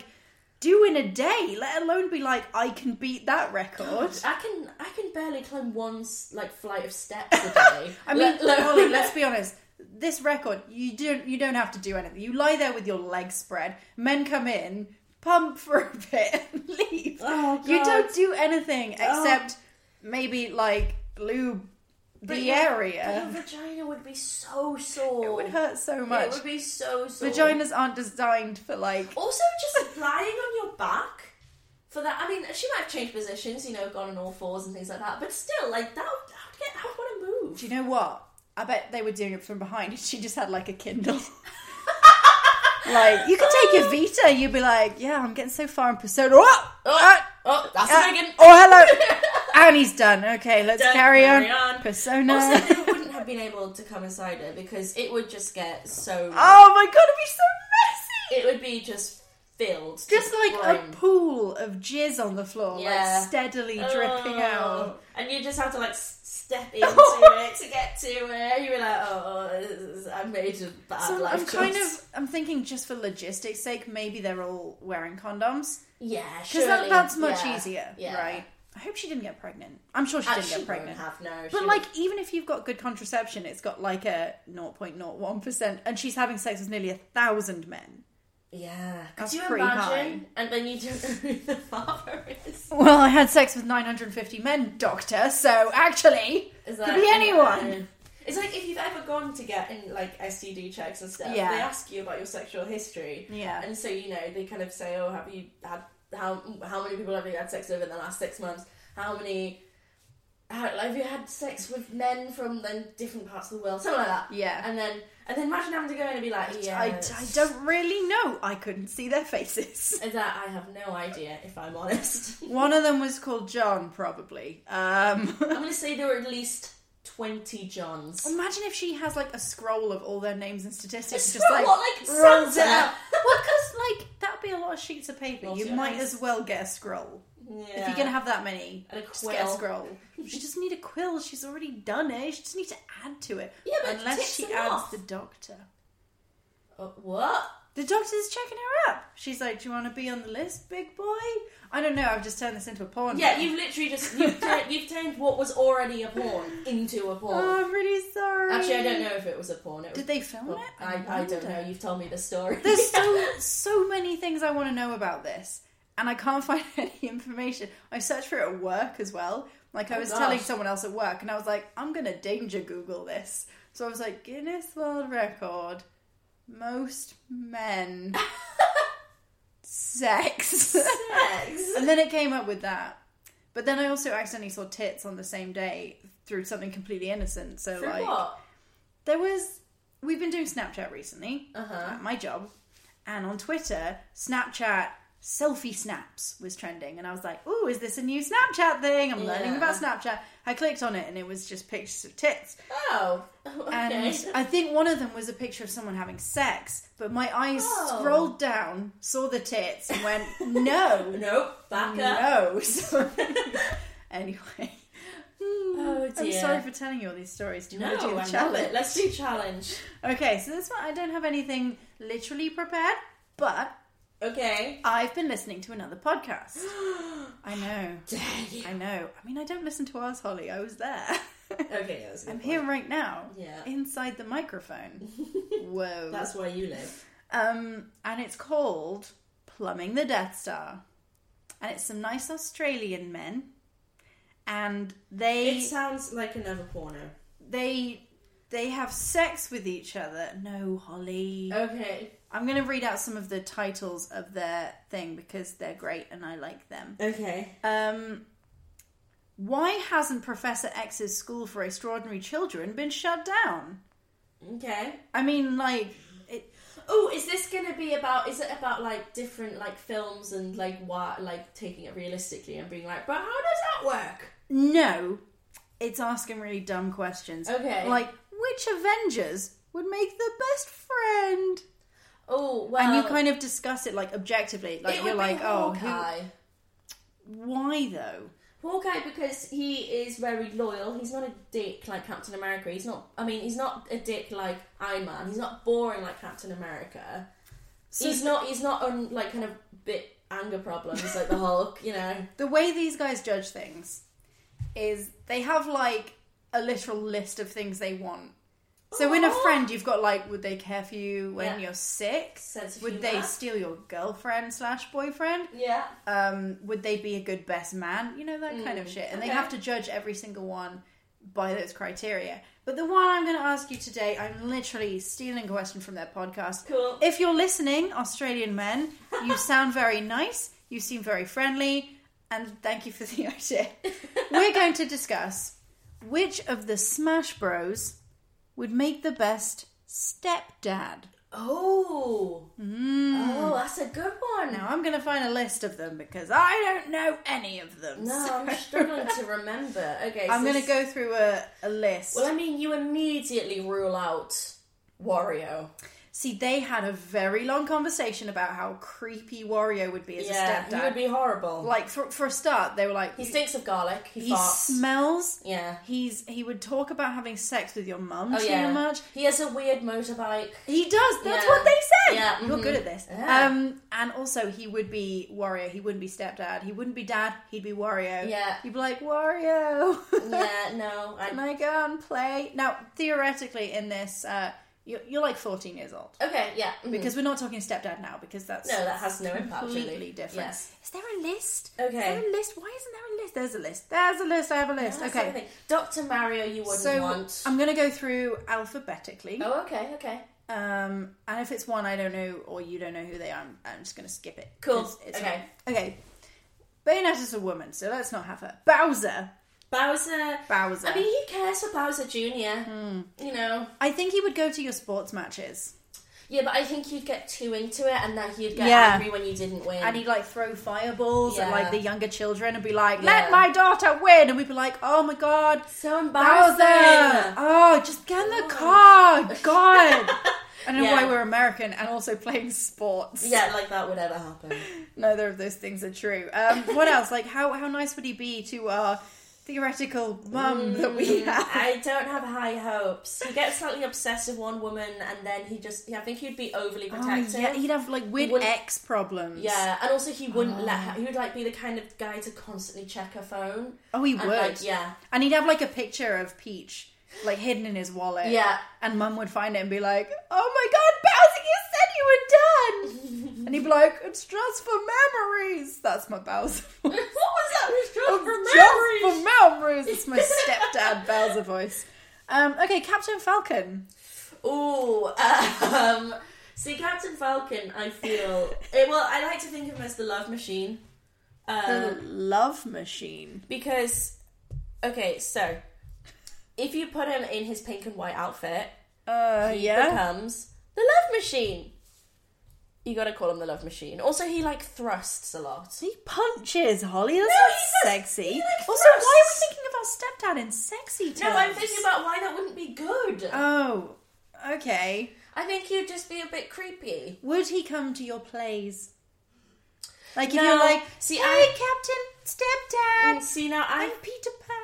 do in a day, let alone be like, I can beat that record. I can I can barely climb one s- like flight of steps a day. [LAUGHS] I mean, Let- let- [LAUGHS] Ollie, let's be honest. This record, you don't you don't have to do anything. You lie there with your legs spread. Men come in, pump for a bit, [LAUGHS] and leave. Oh, You God. Oh. don't do anything except maybe like lube [LAUGHS] the your- area. Your vagina would be so sore. It would hurt so It much. would be Oh. so sore. Vaginas aren't designed for like. Also, just lying on your back for that. I mean, she might have changed positions, you know, gone on all fours and things like that. But still, like that, would- that would get. I would want to move. Do you know what? I bet they were doing it from behind. [LAUGHS] and She just had like a [LAUGHS] Kindle. like you could take your Vita. You'd be like, yeah, I'm getting so far in Persona. Oh, Oh, ah, oh, that's Uh, Megan. oh, hello. [LAUGHS] and he's done. Okay, let's Done. carry, on. Carry on. Persona. [LAUGHS] Also, they wouldn't have been able to come inside her because it would just get so. oh my god, it'd be so messy. It would be just filled. to Just the like brim. a pool of jizz on the floor, Yeah. Oh. like steadily dripping out. And you just have to like s- [LAUGHS] step into it to get to it. You were like, oh, this is- I made a bad So life I'm kind choice. of, I'm thinking just for logistics' sake, maybe they're all wearing condoms yeah, because that, surely. that's much Yeah, easier, yeah. right? I hope she didn't get pregnant. I'm sure she Uh, didn't she get pregnant. won't have no. she But won't- like, even if you've got good contraception, it's got like a 0.01 percent, and she's having sex with nearly a thousand men. yeah, That's could you pretty imagine? And then you don't [LAUGHS] know who the father is. Well, I had sex with 950 men, Doctor, so actually, Is could be anyone. It's like if you've ever gone to get in like STD checks and stuff, Yeah. they ask you about your sexual history. Yeah. And so you know they kind of say, "Oh, have you had how how many people have you had sex with in the last six months? How many how, have you had sex with men from then different parts of the world? Something like that." Yeah. And then and then imagine having to go in and be like, "Yeah, I, I don't really know. I couldn't see their [LAUGHS] faces. Is that I have no idea if I'm [LAUGHS] honest. One of them was called John, probably. Um, [LAUGHS] I'm gonna say there were at least twenty Johns. imagine if she has like a scroll of all their names and statistics, A just scroll, like, what, like rolls it Santa? out. [LAUGHS] Well, because like that would be a lot of sheets of paper. Multi-eyes. You might as well get a scroll Yeah. if you're gonna have that many. And a Just get a quill. scroll. [LAUGHS] She doesn't need a quill. She's already done it. She just needs to add to it. Yeah, but it unless ticks she them adds off. the doctor. Uh, what? The doctor's checking her up. She's like, "Do you want to be on the list, big boy?" I don't know. I've just turned this into a porn. Yeah, you've literally [LAUGHS] just you've, tur- you've turned what was already a porn into a porn. Oh, I'm really sorry. Actually, I don't know if it was a porn. It was, Did they film well, it? I, I don't wonder. know. You've told me the story. [LAUGHS] [LAUGHS] There's so so many things I want to know about this, and I can't [LAUGHS] find any information. I searched for it at work as well. Like I was Oh, gosh. telling someone else at work, and I was like, "I'm gonna danger Google this." So I was like, "Guinness World Record, most [LAUGHS] men, sex." Sex. and then it came up with that. But then I also accidentally saw tits on the same day through something completely innocent. So Through like what? there was we've been doing Snapchat recently Uh-huh. at my job, and on Twitter, Snapchat selfie snaps was trending, and I was like, "Oh, is this a new Snapchat thing?" I'm learning about Snapchat. I clicked on it, and it was just pictures of tits. Oh, [LAUGHS] okay. And I think one of them was a picture of someone having sex, but my eyes Oh. scrolled down, saw the tits, and went, "No, nope. Back up. no." [LAUGHS] So, anyway, Oh I'm dear. sorry for telling you all these stories. Do you No, want to do the I love challenge? it. Let's do challenge. Okay, so this one I don't have anything literally prepared, but Okay. [LAUGHS] I've been listening to another [GASPS] podcast. I know. I know. I mean, I don't listen to ours, Holly. I was there. [LAUGHS] Okay. That was a good I'm point. here right now. Yeah. Inside the [LAUGHS] microphone. Whoa. That's where you live. Um, and it's called Plumbing the Death Star. And it's some nice Australian men. And they It sounds like another porno. they they have sex with each other. No, Holly. Okay. I'm going to read out some of the titles of their thing because they're great and I like them. Okay. Um, why hasn't Professor X's School for Extraordinary Children been shut down? Okay. I mean, like, It, oh, is this going to be about? Is it about like different like films and like what like taking it realistically and being like, but how does that work? No, it's asking really dumb questions. Okay. Like, which Avengers would make the best friend? Oh, well, and you kind of discuss it like objectively. Like it would you're be like, oh, who- Hawkeye. why though? Hawkeye because he is very loyal. He's not a dick like Captain America. He's not. I mean, he's not a dick like Iron Man. He's not boring like Captain America. he's not. He's not on like kind of bit anger problems like the Hulk. [LAUGHS] You know. The way these guys judge things is they have like a literal list of things they want. So in a friend, you've got like, would they care for you when Yeah. you're sick? Sense of would humour. they steal your girlfriend slash boyfriend? Yeah. Um, would they be a good best man? You know that kind of shit. And they Mm, okay. have to judge every single one by those criteria. But the one I'm going to ask you today, I'm literally stealing a question from their podcast. Cool. If you're listening, Australian men, you sound very nice. You seem very friendly, and thank you for the [LAUGHS] idea. [LAUGHS] We're going to discuss which of the Smash Bros would make the best stepdad. Oh. Oh, that's a good one. mm. Now I'm going to find a list of them because I don't know any of them. No, so I'm struggling to remember. Okay, I'm so going to go through a, a list. Well, I mean, you immediately rule out Wario. See, they had a very long conversation about how creepy Wario would be as a Yeah, he stepdad. would be horrible. like for, for a start, they were like, he stinks of garlic. He, he farts. smells. Yeah. He's he would talk about having sex with your mum Oh too yeah. much. He has a [LAUGHS] weird motorbike. He does. That's Yeah. what they said. Yeah, You're mhm. good at this. Yeah. Um, and also he would be Wario. He wouldn't be stepdad. He wouldn't be dad. He'd be Wario. Yeah. You'd be like Wario. [LAUGHS] yeah, no, Can I, I go and play? Now, theoretically, in this, uh, you're, you're like 14 years old. okay, yeah, mhm. Because we're not talking stepdad now, because that's no, that has no impact. completely really. different. Yes. Is there a list? Okay. Is there a list? Why isn't there a list? There's a list. There's a list. I have a list. That's okay. everything. Doctor Mario, you wouldn't So um, want. I'm going to go through alphabetically. oh, okay, okay, Um, and if it's one I don't know or you don't know who they are, I'm, I'm just going to skip it. Cool. 'Cause It's Okay. Not. Okay. Bayonetta's a woman, so let's not have her. Bowser. Bowser. Bowser. Hmm. I mean, he cares for Bowser Junior. You know. I think he would go to your sports matches Yeah, but I think he'd get too into it, and then he'd get Yeah. angry when you didn't win. and he'd like throw fireballs at Yeah. like the younger children and be like, let Yeah. my daughter win. And we'd be like, oh my god. so embarrassing. Bowser! Oh, just get in the car. [LAUGHS] God. I don't know Yeah. why we're American and also playing sports. Yeah, like that would ever happen. neither of those things are true. Um, what else? Like, how how nice would he be to our theoretical mum that Mm, we have? [LAUGHS] I don't have high hopes. He gets slightly obsessed with one woman, and then he just. Yeah, I think he'd be overly Oh, protective. yeah, he'd have like weird wouldn't- ex problems. Yeah, and also he Oh. wouldn't let her. He would like be the kind of guy to constantly check her phone. Oh, he And, would. like, yeah. And he'd have like a picture of Peach like hidden in his wallet. Yeah. And mum would find it and be like, "Oh my god, Bowser, you said you were [LAUGHS] done." and he'd be like, "It's just for memories." That's my Bowser. [LAUGHS] voice. [LAUGHS] What was that? It was Just for Oh, Just memories. for memories. It's my [LAUGHS] stepdad Bowser voice. Um, okay, Captain Falcon. Ooh, um, see, Captain Falcon, I feel. eh, well, I like to think of him as the love machine. The love machine. Because, okay, so if you put him in his pink and white outfit, Uh, he becomes the love machine. You gotta call him the love machine. Also, he like thrusts a lot. He punches Holly. That's he not does- sexy. he, like, also, why thrusts. are we thinking of our stepdad in sexy terms? No, I'm thinking about why that wouldn't be good. Oh, okay. I think he'd just be a bit creepy. Would he come to your plays? Like if No. you're like, See, hey, I- Captain Stepdad, And see now, I I'm Peter Pan.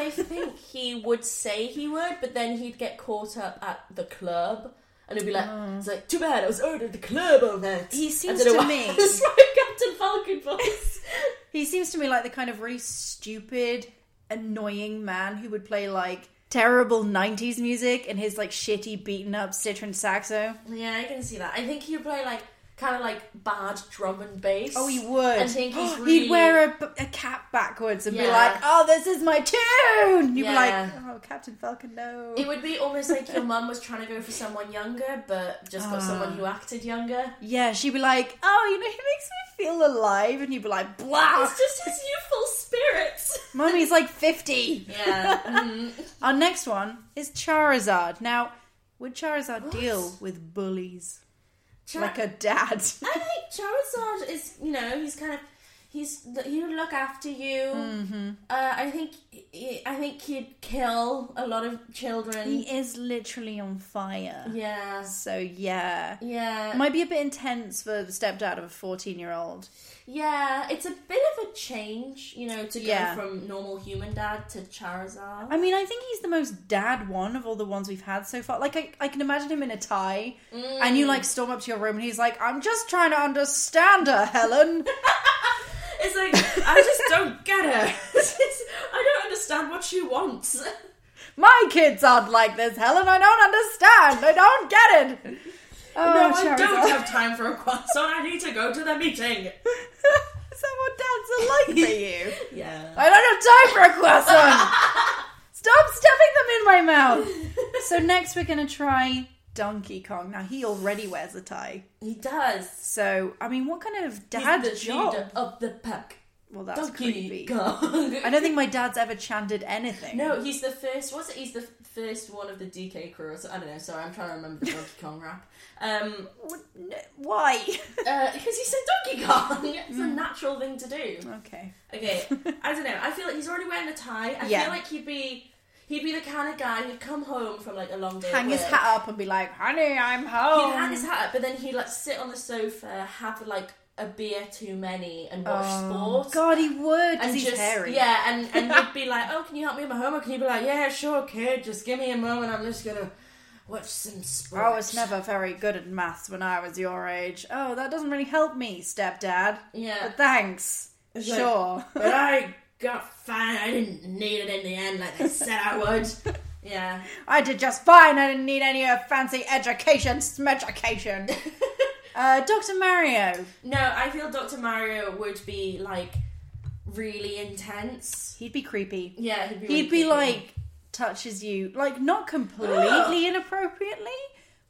I think he would say he would, but then he'd get caught up at the club. And he'd be like, it's like, too bad, I was ordered at the club all night. He I seems don't know to why- me- [LAUGHS] That's my Captain Falcon voice. [LAUGHS] He seems to me like the kind of really stupid, annoying man who would play like terrible '90s music in his like shitty, beaten up Citroen saxo. yeah, I can see that. I think he'd play like, kind of like bad drum and bass. Oh, he would. I think [GASPS] he's [GASPS] He'd really- wear a, b- a cap backwards and be Yeah. like, "Oh, this is my tune." You'd Yeah. be like, "Oh, Captain Falcon, no." It would be almost like your mum was trying to go for someone younger, but just got someone who acted younger. Ah. yeah, she'd be like, "Oh, you know, he makes me feel alive," and you'd be like, "Blah." It's just his youthful spirits. Mummy's like fifty. [LAUGHS] Yeah. mm-hmm. Our next one is Charizard. Now, Would Charizard deal with bullies Char- like a dad? I think Charizard is, you know, he's kind of, he's he would look after you. Mm-hmm. Uh, I think, he- I think he'd kill a lot of [LAUGHS] children. he is literally on fire. yeah, So yeah. yeah, Might be a bit intense for the stepdad of a 14 year old. yeah. It's a bit of a change, you know, to go Yeah. from normal human dad to Charizard. I mean, I think he's the most dad one of all the ones we've had so far. Like, I, I can imagine him in a tie, and you like storm up to your room, and he's like, "I'm just trying to understand her, Helen." It's like I just don't get it. [LAUGHS] It's just- I don't understand what she [LAUGHS] wants. My kids aren't like this, Helen. I don't understand. I don't get [LAUGHS] it. Oh, no, I Charizard. don't have time for a croissant. I need to go to the meeting. Is that what dads are like for you? Yeah. [LAUGHS] I don't have time for a [LAUGHS] croissant. Stop stuffing them in my mouth. So next we're gonna try Donkey Kong. Now he already wears a tie. He does. So I mean, what kind of He's dad the job? leader of the pack. Well, that's Donkey creepy. Kong. I don't think my dad's ever chanted anything. [LAUGHS] No, he's the first. Was it? He's the f- first one of the DK crew. Or so, I don't know. Sorry, I'm trying to [LAUGHS] remember the Donkey Kong rap. Um, What- n- why? uh, because he said Donkey Kong. [LAUGHS] It's Mm. a natural thing to do. [LAUGHS] okay. [LAUGHS] Okay, I don't know. I feel like he's already wearing a tie. I Yeah. feel like he'd be he'd be the kind of guy who'd come home from like a long day. at Hang his work. hat up and be like, "Honey, I'm He'd home." hang his hat up, but then he'd like sit on the sofa, have like a beer too many, and watch sports. Oh, God, he would. 'cause And he's just hairy. yeah, and and [LAUGHS] you'd be like, oh, can you help me with my homework? And he'd be like, yeah, sure, kid, just give me a moment. I'm just gonna watch some sports. I was Oh, never very good at maths when I was your age. Oh, that doesn't really help me, stepdad. Yeah. But thanks. like- sure. [LAUGHS] But I got fine. I didn't need it in the end, like I said [LAUGHS] I would. Yeah. I did just fine. I didn't need any of your fancy education, smeducation. [LAUGHS] uh, Dr. Mario. No, I feel Dr. Mario would be like really [LAUGHS] intense. He'd be creepy. Yeah, he'd be. really He'd be creepy. like, touches you, like, not [GASPS] completely inappropriately,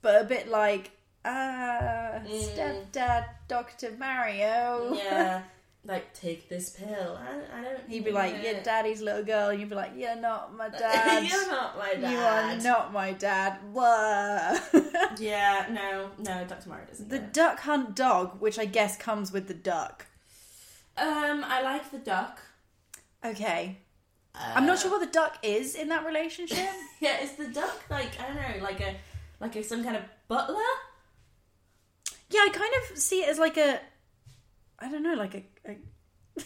but a bit like, uh, stepdad, Dr. Mario. Mm. yeah, like take this pill. I, I don't. He'd be like, need you're it. daddy's little girl. And you'd be like, you're not my dad. [LAUGHS] You're not my You are dad. not my dad. [LAUGHS] Blah. Yeah, no, no, Dr. Mario doesn't. the do it. duck hunt dog, which I guess comes with the duck. um, I like the duck. [LAUGHS] Okay. I'm not sure what the duck is in that relationship. Yeah, is the duck like I don't know, like a like a, some kind of butler? [LAUGHS] yeah, I kind of see it as like a, I don't know, like a a,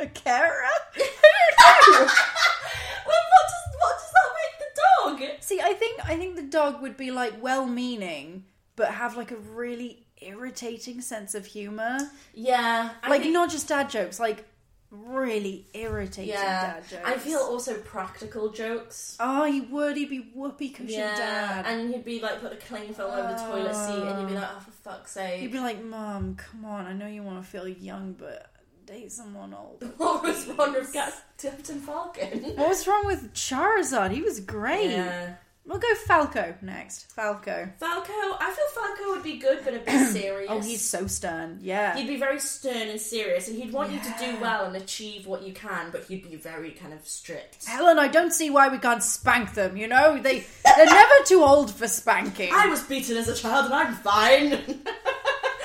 [LAUGHS] a carer. I don't know. Well, what does what does that make the [LAUGHS] dog? see, I think I think the dog would be like well-meaning, but have like a really irritating sense of humor. Yeah, I like think- not just dad jokes, like really irritating Yeah, dad jokes. I feel also practical jokes. Oh, he would. He'd be whoopee cushion dad. and you'd be like put a cling film over the toilet seat, and you'd be like, "Oh, for fuck's He'd sake!" be like, "Mom, come on. I know you want to feel young, but date someone old." [LAUGHS] What was wrong with Gas- Captain Falcon? What was wrong with Charizard? He was great. [LAUGHS] Yeah, We'll go Falco next. Falco. Falco. I feel Falco would be good, but [COUGHS] a bit serious. Oh, he's so stern. Yeah. He'd be very stern and serious, and he'd want you to do well and achieve what you can, but he'd be very kind of strict. Helen, I don't see why we can't spank them. You know, they they're never too old for spanking. I was beaten as a child, and I'm fine. [LAUGHS]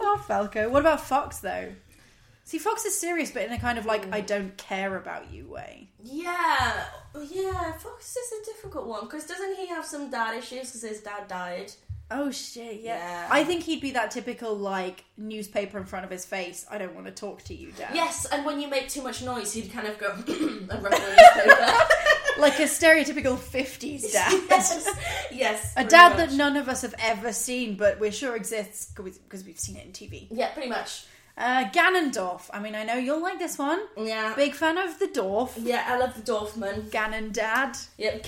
Oh, Falco. What about Fox though? See, Fox is serious, but in a kind of like Mm. I don't care about you way. yeah, yeah. Fox is a difficult one because doesn't he have some dad issues because his dad died? Oh shit, yeah. Yeah. I think he'd be that typical like newspaper in front of his face. I don't want to talk to you, Dad. Yes, and when you make too much noise, he'd kind of go [CLEARS THROAT] and ruffle his paper. [LAUGHS] like a stereotypical [LAUGHS] fifties dad. yes, yes. A pretty dad much. that none of us have ever seen, but we're sure exists because we've seen it in TV. Yeah, pretty much. Uh, Ganondorf. I mean, I know you'll like this one. Yeah. Big fan of the dwarf. Yeah, I love [LAUGHS] the [LAUGHS] Dorfman. Ganon Dad. Yep,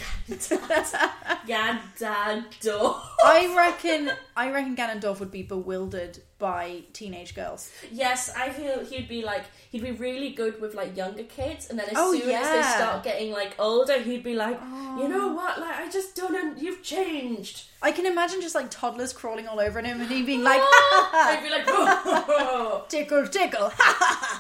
Gandad Dorf. I reckon I reckon Ganondorf would be bewildered by teenage girls. Yes, I feel he'd be like he'd be really good with like younger kids, and then as Oh, soon as they yeah. Oh. start getting like older, he'd be like, you know what? Like I just don't. Un- [LAUGHS] you've changed. I can imagine just like toddlers crawling all over him and he being [LAUGHS] like I'd be like, "Oh." tickle tickle [LAUGHS]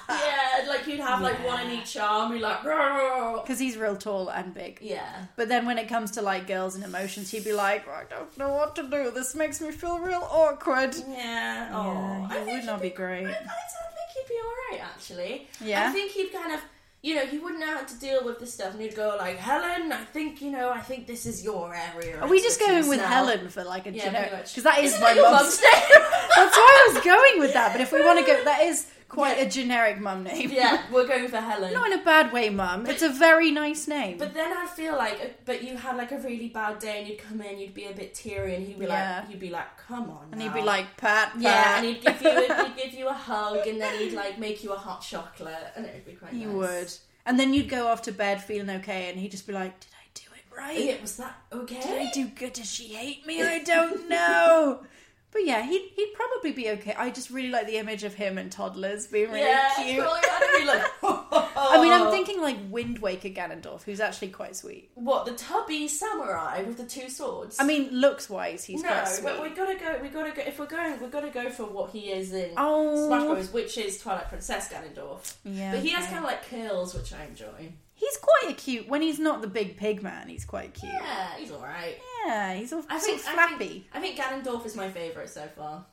yeah, and, like he'd have like one in each arm. He'd like, "Oh." because he's real tall and big. yeah. But then when it comes to like girls and emotions, he'd be like, I don't know what to do. This makes me feel real awkward. Yeah. Oh, Yeah, it would not be I, great. I don't think he'd be all right, actually. Yeah? I think he'd kind of, you know, he wouldn't know how to deal with this stuff, and he'd go like, Helen, I think you know, I think this is your area. Are we just going with now. Helen for like a Yeah, generic? pretty much. Because that is Isn't my that your mum's. mum's name? [LAUGHS] That's [LAUGHS] why I was going with that. But if we want to go, that is quite a generic mum name. yeah, we're going for Helen. [LAUGHS] Not in a bad way, mum. It's a very nice name. But then I feel like, uh, but you had like a really bad day, and you'd come in, you'd be a bit teary, and he'd be Yeah. like, you'd be like, come on, and he'd be like, Pat, yeah, Pat." and he'd give you, [LAUGHS] a, he'd give you a hug, and then he'd like make you a hot chocolate, and it'd be quite. You nice. would. And then you'd go off to bed feeling okay, and he'd just be like, Did I do it right? Yeah, was that okay? Did I do good? Does she hate me? I don't know. But yeah, he'd, he'd probably be okay. I just really like the image of him and toddlers being really yeah, cute. probably, I'd be like, [LAUGHS] I mean, I'm thinking like Wind Waker Ganondorf, who's actually quite sweet. what the tubby samurai with the two swords? I mean, looks wise, he's no, quite sweet. but we gotta go. We gotta go. If we're going, we gotta go for what he is in Oh. Smash Bros, which is Twilight Princess Ganondorf. Yeah, but he has okay. kind of like curls, which I enjoy. He's quite a cute. When he's not the big pig man, he's quite cute. Yeah, Yeah, he's all right. he's all I sort think of flappy. I think, I think Ganondorf is my favorite so far,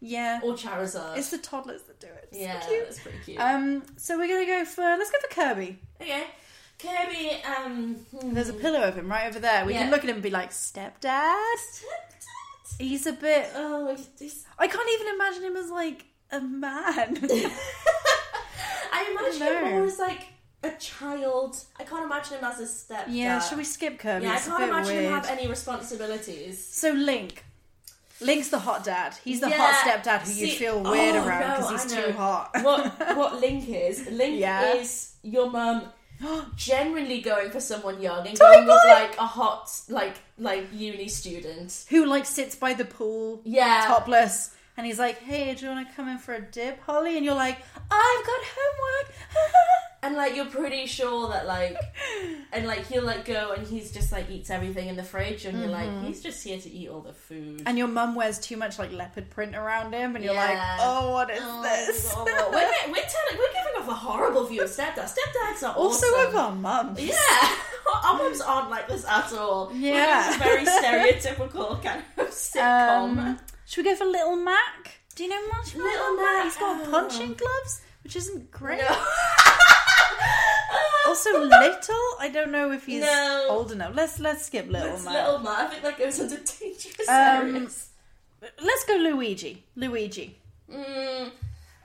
yeah, or Charizard. it's the toddlers that do it. It's so yeah, cute. that's pretty cute. Um, so we're gonna go for let's go for Kirby. okay, Kirby. Um, hmm. There's a pillow of him right over there. We can Yeah. look at him and be like, stepdad. He's a bit. oh, he's- he's I can't even imagine him as like a man. I imagine don't him know. more as like a child. I can't imagine him as a stepdad. yeah, should we skip Kirby? Yeah, I It's a can't bit imagine weird. him have any responsibilities. So Link. Link's the hot dad. He's the Yeah, hot stepdad who you see- feel weird oh, around no, because I he's know. too hot. [LAUGHS] what what Link is? Link Yeah. is [GASPS] your mum generally going for someone young and Totally. going with like a hot like like uni student. who like sits by the pool, Yeah. topless, and he's like, "Hey, do you want to come in for a dip, Holly?" And you're like, "I've got homework." [LAUGHS] And like you're pretty sure that like and like he'll like go and he's just like eats everything in the fridge and you're like, Mm-hmm. he's just here to eat all the food. and your mum wears too much like leopard print around him, and you're Yeah. like, "Oh, what is this?" [LAUGHS] Oh, we're, we're telling, we're giving off a horrible view of stepdad. Stepdads are also, awesome. with our mums. Yeah, [LAUGHS] our mums aren't like this at all. Yeah. We're [LAUGHS] very stereotypical kind of sitcom. Um, should we go for Little Mac? Do you know much about Little Little Mac? Mac, He's got oh. punching gloves, which isn't great. No. [LAUGHS] Also, little. I don't know if he's No. old enough. Let's let's skip Little It's Mac. little man. I think that goes under dangerous Um, areas. Let's go Luigi. Luigi. Mm,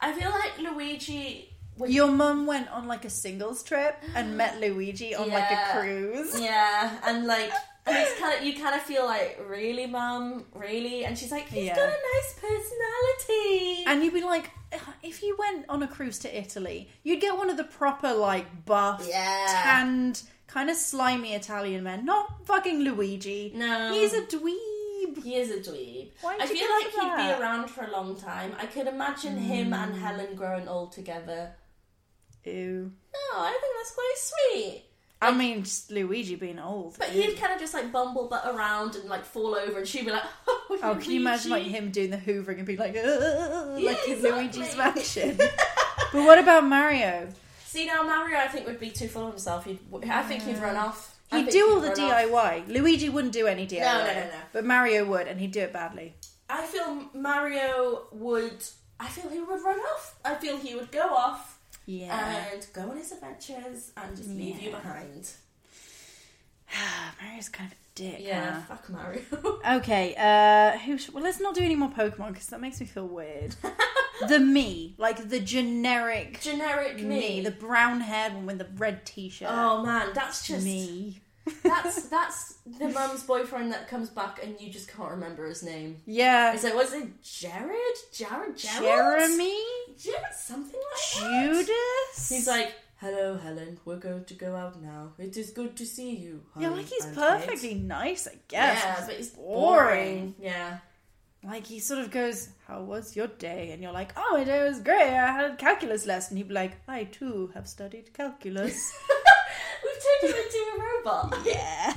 I feel like [LAUGHS] Luigi. Your mum went on like a singles trip and met Luigi on like a Yeah. cruise. Yeah, and like. And it's kind of you kind of feel like really, mum, really, and she's like, he's Yeah. got a nice personality. And you'd be like, if you went on a cruise to Italy, you'd get one of the proper like buff, Yeah. tanned, kind of slimy Italian men. Not fucking Luigi. No. he's a dweeb. He is a dweeb. Why did I you feel go like for he'd that? Mm. be around for a long time. I could imagine him and Helen growing old together. Ew. No, I think that's quite sweet. I mean, just Luigi being old. But Ew. he'd kind of just like bumble butt around and like fall over, and she'd be like, [LAUGHS] "Oh, Oh, can you imagine like Luigi." him doing the hoovering and being like, "Ugh," like in exactly. Luigi's [LAUGHS] mansion? but what about Mario? See now, Mario, I think would be too full of himself. He'd, I think he'd run off. I He'd think do all the run off. DIY. Luigi wouldn't do any DIY. no, no, no. But Mario would, and he'd do it badly. I feel Mario would. I feel he would run off. I feel he would go off Yeah. and go on his adventures and just leave you behind. Mario's kind of a dick. Yeah, Yeah. Oh, fuck Mario. Okay. Uh, who? Sh- well, let's not do any more Pokemon because that makes me feel [LAUGHS] weird. the me, like the generic Generic me. me, the brown-haired one with the red T-shirt. Oh man, that's just [LAUGHS] me. [LAUGHS] That's that's the mum's boyfriend that comes back and you just can't remember his name. Yeah. It's like was it Jared? Jared? Gerald? Jeremy, Jared? Something like that. Judas. He's like, Hello, Helen. We're going to go out now. It is good to see you. Yeah, Helen like he's and perfectly Ed." nice, I guess. Yeah, He's but it's boring. boring. Yeah. Like he sort of goes, "How was your day?" And you're like, "Oh, my day was great. I had a calculus lesson." He'd be like, "I too have studied [LAUGHS] calculus." We've turned him into a [LAUGHS] robot. yeah.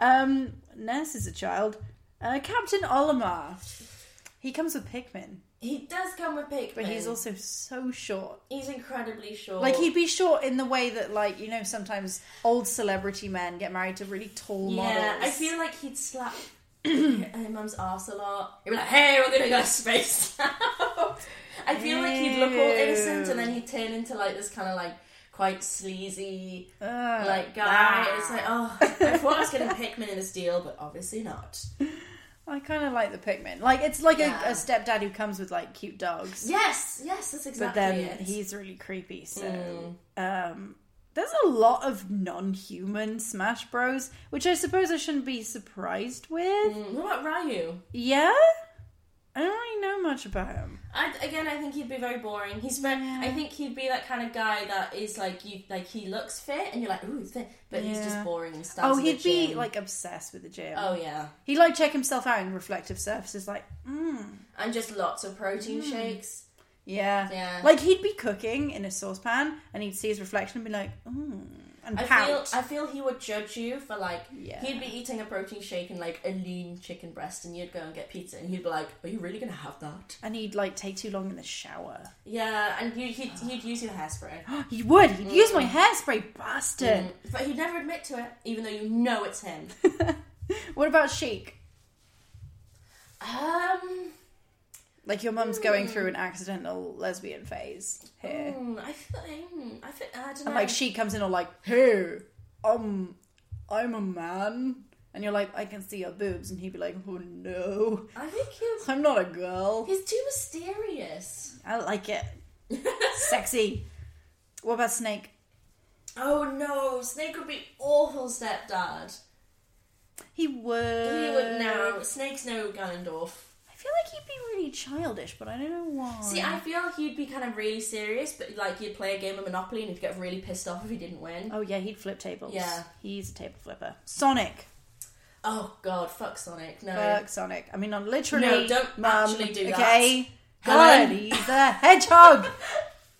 Um, Nurse is a child. Uh, Captain Olimar. He comes with Pikmin, He does come with Pikmin. but he's also so short. he's incredibly short. Like he'd be short in the way that, like you know, sometimes old celebrity men get married to really tall Yeah, models. I feel like he'd [CLEARS THROAT] slap her mum's arse a lot. He'd be like, "Hey, we're gonna go to space [LAUGHS] now." I feel like he'd look all innocent and then he'd turn into like this kind of like quite sleazy like guy. It's like, oh, I thought I was getting Pikmin in this deal, but obviously not. I kind of like the Pikmin. Like it's like Yeah. a, a stepdad who comes with like cute dogs. Yes, yes, Hmm. that's but exactly then it. he's really creepy. So um, there's a lot of non-human Smash Bros, which I suppose I shouldn't be surprised with. Mm, What about Ryu? Yeah, I don't really know much about him. I, again, I think he'd be very boring. He's very, I think he'd be that kind of guy that is like you, like he looks fit, and you're like, ooh, he's fit, but he's just Yeah. boring and stuff. Oh, he'd be like obsessed with the gym. oh yeah, He'd like check himself out in reflective surfaces, like mm, and just lots of protein shakes. yeah, Yeah. Like he'd be cooking in a saucepan and he'd see his reflection and be like, mm, and I pout. feel I feel he would judge you for like Yeah. he'd be eating a protein shake and like a lean chicken breast, and you'd go and get pizza, and he'd be like, "Are you really gonna have that?" and he'd like take too long in the shower. [GASPS] Yeah, and you, [SIGHS] he'd he'd use your hairspray, He would. He'd use Mm. my hairspray, bastard. but he'd never admit to it, even though you know it's him. Mm. What about Sheik? [LAUGHS] um, Like your mum's going through Mm. an accidental lesbian phase here. hmm, I feel hmm, I feel I don't know. And like she comes in all like, hey, um, I'm a man. And you're like, I can see your boobs. And he'd be like, oh no, I think he's I'm not a girl. he's too mysterious. I like [LAUGHS] it. Sexy. What about Snake? Oh no, Snake would be awful stepdad. He would. He would no. Snake's no Ganondorf. I feel like he'd be really childish, but I don't know why. See, I feel like he'd be kind of really serious, but like you'd play a game of Monopoly and he'd get really pissed off if he didn't win. Oh yeah, he'd flip tables. Yeah. He's a table flipper. Sonic. Oh god, fuck Sonic. No. Fuck Sonic. I mean, not literally. No, don't Mum, actually do that. [LAUGHS] Okay. Helen. God, he's a hedgehog.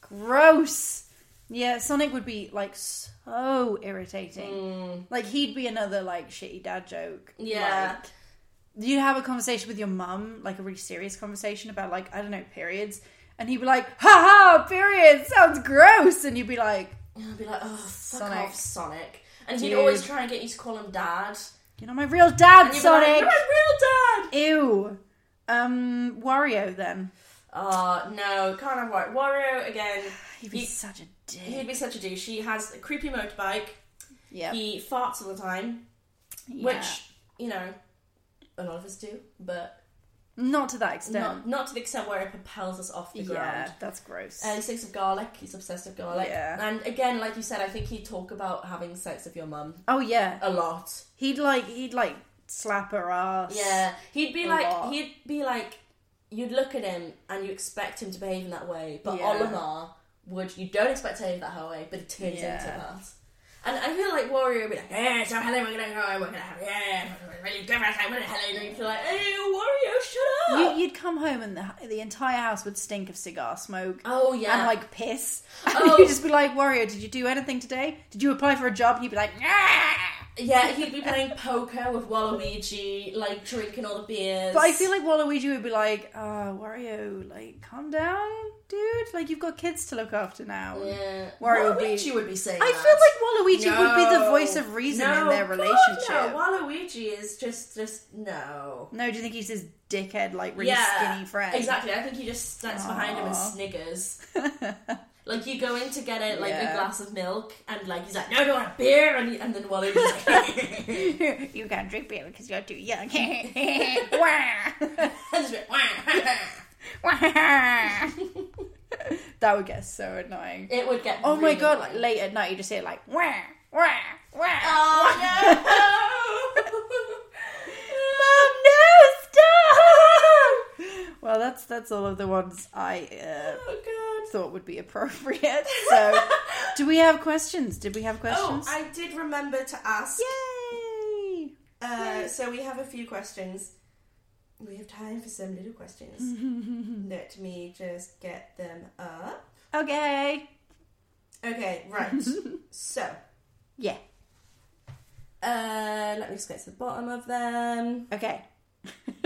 Gross. Yeah, Sonic would be like so irritating. Like he'd be another like shitty dad joke. Mm. Yeah. Like, you have a conversation with your mum, like a really serious conversation about like I don't know periods, and he'd be like, "Ha ha, periods sounds gross," and you'd be like, I'd be like, oh, fuck Sonic. off, Sonic. And he'd Dude. always try and get you to call him dad. "You're not my real dad, And you'd be like, Sonic." You're a real dad! Ew. Um, Wario then. Oh, no, can't have Wario. Wario, again, [SIGHS] He'd be He- such a dick. he'd be such a douche. He has a creepy motorbike. yeah. He farts all the time, Yeah. which, you know, a lot of us do, but Not to that extent. not, not to the extent where it propels us off the ground. yeah, that's gross. Uh, he sticks with garlic. He's obsessed with garlic. Yeah. And again, like you said, I think he'd talk about having sex with your mum oh yeah, a lot. he'd like he'd like slap her ass. Yeah. He'd be A like, lot. he'd be like, you'd look at him and you expect him to behave in that way, but Yeah. Olimar would. You don't expect him to behave that way, but it turns into Yeah. that. And I feel like Warrior would be like, yeah, so hello, we're gonna go, we're gonna have, yeah, we're really good, right, we're gonna hello, and you'd be like, hey, Warrior, shut You, up! you'd come home and the, the entire house would stink of cigar smoke. Oh, yeah. and like piss. [LAUGHS] And Oh. you'd just be like, Wario, did you do anything today? Did you apply for a job? And you'd be like, "Nah." yeah, he'd be playing poker with Waluigi, like drinking all the beers. But I feel like Waluigi would be like, oh, Wario, like, calm down, dude. Like, you've got kids to look after now. Yeah. Wario would be- Waluigi would be saying I that. feel like Waluigi would be the No. voice of reason No, in their God, relationship. no. Waluigi is just, just, no. No, do you think he's his dickhead, like really skinny friend? Exactly. I think he just stands behind him [LAUGHS] and sniggers. like you go in to get it, like Yeah. a glass of milk, and like he's like, "No, I don't want a beer," and, he, and then Wally's just like, [LAUGHS] you can't drink beer because you're too young. [LAUGHS] Wah. and just like, "Wah." Wah. that would get so annoying. it would get. oh my really god! annoying. Like late at night, you just hear like wah wah wah. oh [LAUGHS] Mom, no, stop! Well, that's that's all of the ones I uh, no! oh god! [LAUGHS] thought would be appropriate. So Do we have questions? Did we have Oh, questions? I did remember to ask. Oh, Yay! Uh, so we have a few questions. We have time for some [LAUGHS] little questions. Let me just get them up. Okay. Okay, [LAUGHS] right. so, Yeah. uh, let me just get to the bottom of them. Okay.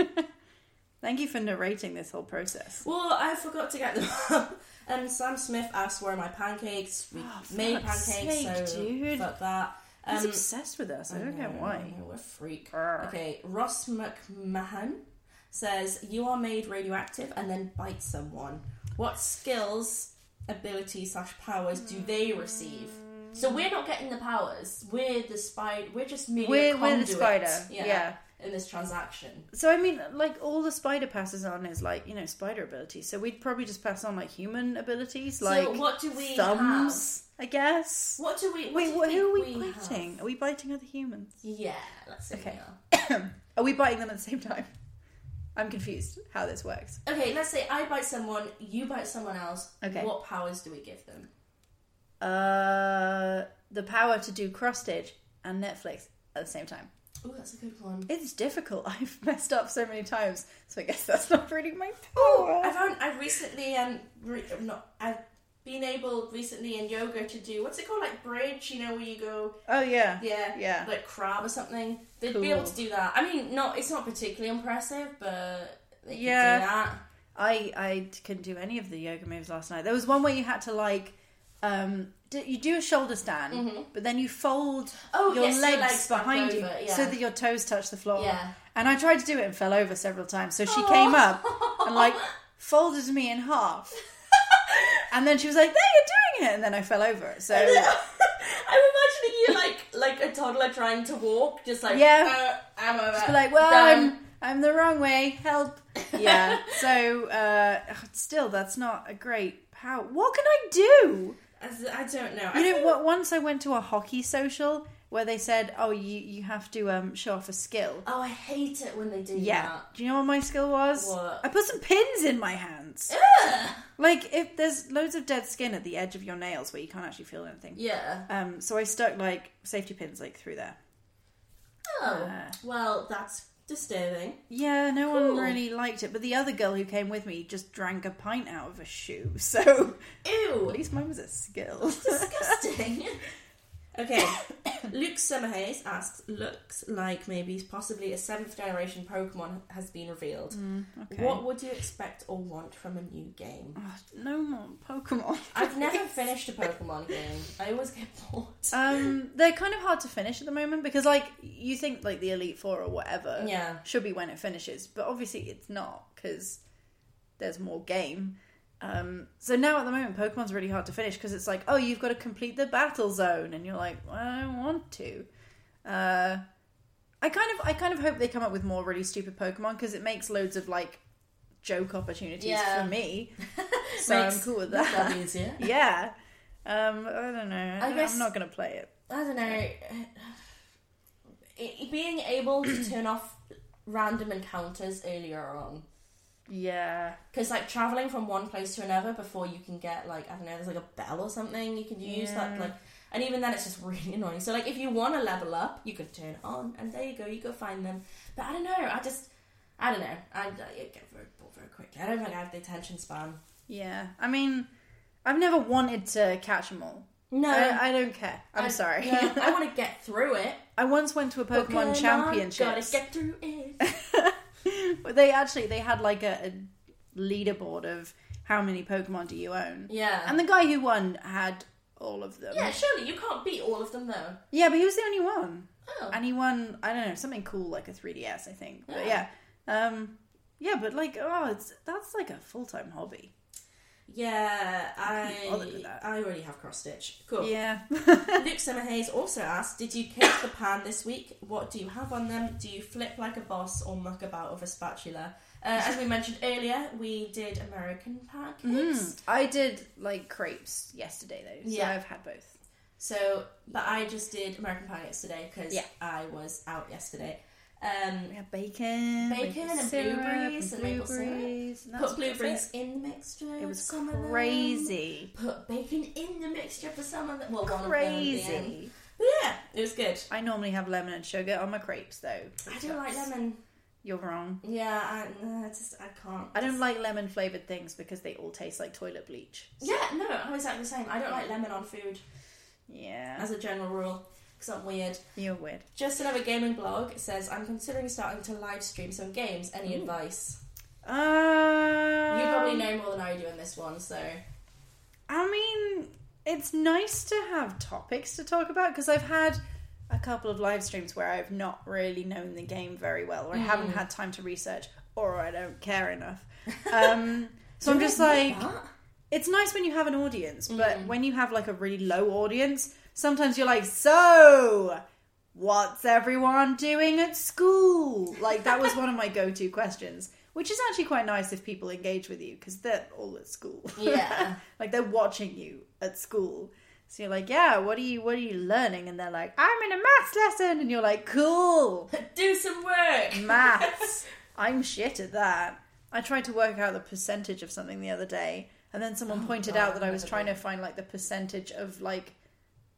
[LAUGHS] Thank you for narrating this whole process. Well, I forgot to get them [LAUGHS] up. Um, Sam Smith asked where are my pancakes. We made Oh, fuck's pancakes, sake, so dude. fuck that. He's Um, obsessed with us. I don't know why. Oh, we're a freak. Okay, Ross McMahon says, You are made radioactive and then bite someone. What skills, abilities, slash powers do they receive? So we're not getting the powers. We're the spider. We're just merely a We're- we're the conduit, spider, yeah. In this transaction. So I mean, like all the spider passes on is like you know spider abilities. So we'd probably just pass on like human abilities, like what do we thumbs, I guess. What do we? What Wait, what, do you think who are we, we biting? have? Are we biting other humans? Yeah, let's see. Okay. Okay. Are we biting them at the same time? [LAUGHS] I'm confused how this works. Okay, let's say I bite someone, you bite someone else. Okay. What powers do we give them? Uh, the power to do cross stitch and Netflix at the same time. Oh, that's a good one. It's difficult. [LAUGHS] I've messed up so many times, so I guess that's not really my power. Oh, I found I recently um re- not I've been able recently in yoga to do what's it called like bridge you know where you go oh yeah, yeah yeah. like crab or something they'd be able Cool. to do that I mean not it's not particularly impressive but they could Yeah. do that I I couldn't do any of the yoga moves last night. There was one where you had to like, um, d- you do a shoulder stand, but then you fold Mm-hmm. Oh, your yes, your legs, legs back behind you over, yeah. so that your toes touch the floor. Yeah. And I tried to do it and fell over several times. So she came up and [LAUGHS] like folded me in half, and then she was like, "There, you're doing it," and then I fell over. [LAUGHS] So Oh, I'm imagining you like like a toddler trying to walk just like Yeah. uh, I'm over be like, well, Done. I'm I'm the wrong way. [LAUGHS] Help. [LAUGHS] Yeah. so uh, still, that's not a great power. What can I do? I, I don't know I You know think- what? Once I went to a hockey social where they said, "Oh, you you have to um show off a skill." oh I hate it when they do Yeah. that Do you know what my skill was? What? I put some pins in my hands. Like if there's loads of dead skin at the edge of your nails where you can't actually feel anything. yeah Um. So I stuck like safety pins like through there. oh well that's disturbing Yeah, no one Cool. really liked it, but the other girl who came with me just drank a pint out of a shoe. [LAUGHS] So ew at least mine was a skill. [LAUGHS] disgusting. [LAUGHS] okay. Luke Summerhays asks, looks like maybe possibly a seventh generation Pokemon has been revealed. Mm, What would you expect or want from a new game? Oh, no more Pokemon. I've never finished a Pokemon game. I always get bored. Um, they're kind of hard to finish at the moment because, like, you think like the Elite Four or whatever, Yeah. should be when it finishes, but obviously it's not because there's more game. Um, so now at the moment, Pokemon's really hard to finish because it's like, oh, you've got to complete the battle zone, and you're like, I don't want to. Uh, I kind of, I kind of hope they come up with more really stupid Pokemon because it makes loads of like joke opportunities Yeah. for [LAUGHS] me. so I'm Makes- cool [LAUGHS] with [LAUGHS] That'd that. be easier. yeah. Um, I don't know. I guess- I'm not gonna play it. I don't know. It- Being able to turn off random encounters earlier on. Yeah. Because like traveling from one place to another before you can get like I don't know, there's like a bell or something you can use that like, and even then it's just [LAUGHS] really annoying. So like if you want to level up, you can turn it on, and there you go, you go find them. But I don't know, I just I don't know, I, I get very bored very quickly. I don't think I have the attention span. Yeah, I mean, I've never wanted to catch them all. No, I, I don't care. I'm sorry. no, Um, I want to get through it. [LAUGHS] I once went to a Pokemon Pokemon, championships. Gotta get through [LAUGHS] it. But They actually they had like a, a leaderboard of how many Pokemon do you own? Yeah. and the guy who won had all of them. yeah, surely you can't beat all of them though. Yeah, but he was the only one, Oh, and he won. I don't know something cool like a 3DS, I think. But yeah, um, yeah, but like, oh, it's that's like a full time hobby. yeah, bothered with I that. I already have cross stitch. Cool. Yeah. Luke Summerhays also asked, Did you kick the pan this week? What do you have on them? Do you flip like a boss or muck about with a spatula? Uh, as we mentioned earlier, we did American pancakes. [LAUGHS] I did like crepes yesterday though, so Yeah. I've had both. So, but I just did American pancakes today because Yeah. I was out yesterday. Um, We have bacon, Bacon we have and syrup blueberries and maple syrup. and that's put what it blueberries is. in the mixture. It for was some of them. crazy, Put bacon in the mixture for some of them. Well, one of them at the end. crazy. But yeah, it was good. I normally have lemon and sugar on my crepes, though. I don't like lemon. You're wrong. Yeah, I, no, I just I can't. I don't like lemon flavored things because they all taste like toilet bleach. Yeah, no, I'm exactly the same. I don't like lemon on food Yeah, as a general rule because I'm weird. you're weird. Just another gaming blog says I'm considering starting to live stream some games. Any advice? Um, You probably know more than I do in this one, so I mean, it's nice to have topics to talk about because I've had a couple of live streams where I've not really known the game very well, or I Mm. haven't had time to research, or I don't care enough. Um, so I'm just like, it's nice when you have an audience, but when you have like a really low audience, sometimes you're like, so. What's everyone doing at school? Like that was one of my go-to questions, which is actually quite nice if people engage with you because they're all at school. Yeah. [LAUGHS] like they're watching you at school. So you're like, yeah, what are you what are you learning? And they're like, I'm in a maths lesson, and you're like, cool, do some work. [LAUGHS] maths. I'm shit at that. I tried to work out the percentage of something the other day, and then Oh, someone pointed out that I was trying to find like the percentage of like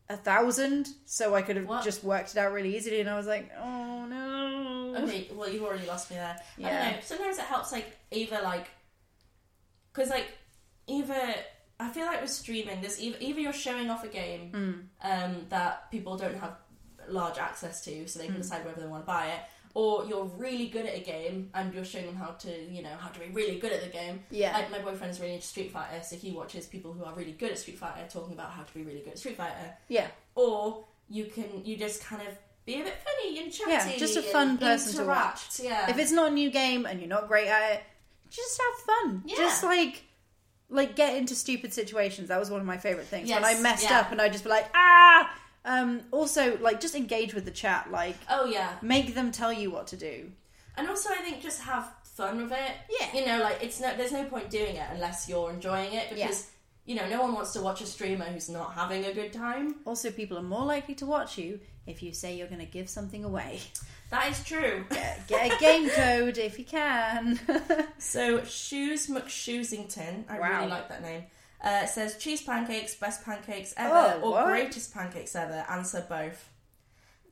a thousand, so I could have What? just worked it out really easily. And I was like, oh no. Okay, well, you've already lost me there. I Yeah. don't know. Sometimes it helps, like, either, like, because, like, either, I feel like with streaming, there's either, either you're showing off a game Mm. um, that people don't have large access to, so they Mm. can decide whether they want to buy it, or you're really good at a game and you're showing them how to, you know, how to be really good at the game. Yeah. Like, my boyfriend's really into Street Fighter, so he watches people who are really good at Street Fighter talking about how to be really good at Street Fighter Yeah. or you can you just kind of be a bit funny and chatty. Yeah, just a fun and person to interact, Yeah, if it's not a new game and you're not great at it, just have fun. Yeah. Just like like get into stupid situations. That was one of my favorite things. when Yes, I messed yeah. up and I just be like, ah. Um, also, like just engage with the chat. Like oh yeah, make them tell you what to do. and also I think just have fun with it. Yeah. you know, like it's no there's no point doing it unless you're enjoying it because you know no one wants to watch a streamer who's not having a good time. Also, people are more likely to watch you if you say you're going to give something away. [LAUGHS] That is true. Get a game code if you can. [LAUGHS] [LAUGHS] So Shoes McShoesington, I Wow. really like that name. Uh, says cheese pancakes, best pancakes ever, Oh, or what? greatest pancakes ever. Answer both.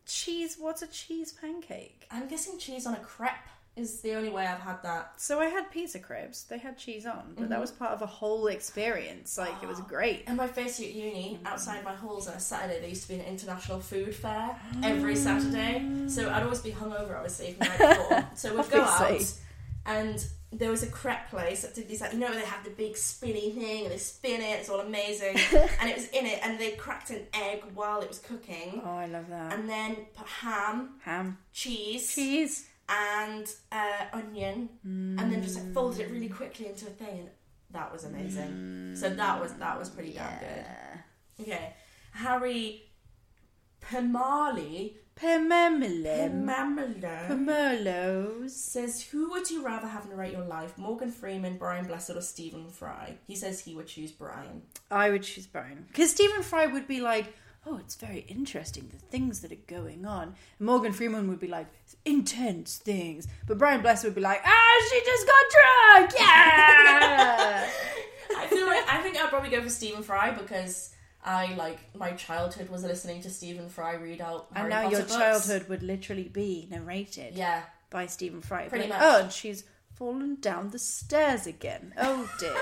cheese? What's a cheese pancake? I'm guessing cheese on a crepe is the only way I've had that. So I had pizza cribs. They had cheese on, but that was part of a whole experience. Like it [GASPS] was great. In my first year at uni, outside my halls on a Saturday, there used to be an international food fair Ah. every Saturday. So I'd always be hungover, obviously, from the [LAUGHS] night before. So we'd go out, Obviously. and there was a crepe place that did these, like, you know, they have the big spinny thing, and they spin it, it's all [LAUGHS] amazing. and it was in it, and they cracked an egg while it was cooking, Oh, I love that. and then put ham, Ham, cheese, cheese. and uh, onion, and then just like folded it really quickly into a thing, and that was amazing. So that was that was pretty damn good. Okay, Harry Pemali Pememilem. Pemamalo Merlots. says, "Who would you rather have narrate your life, Morgan Freeman, Brian Blessed, or Stephen Fry?" He says he would choose Brian. I would choose Brian. Because Stephen Fry would be like, oh, it's very interesting, the things that are going on. And Morgan Freeman would be like, intense things. But Brian Blessed would be like, ah, she just got drunk! [LAUGHS] Yeah! I feel like I think I'd probably go for Stephen Fry because. I like my childhood was listening to Stephen Fry read out. and Harry now Potter your books. childhood would literally be narrated Yeah, by Stephen Fry. It'd be Pretty like, much. Oh, and she's fallen down the stairs again. Oh, [LAUGHS] dear.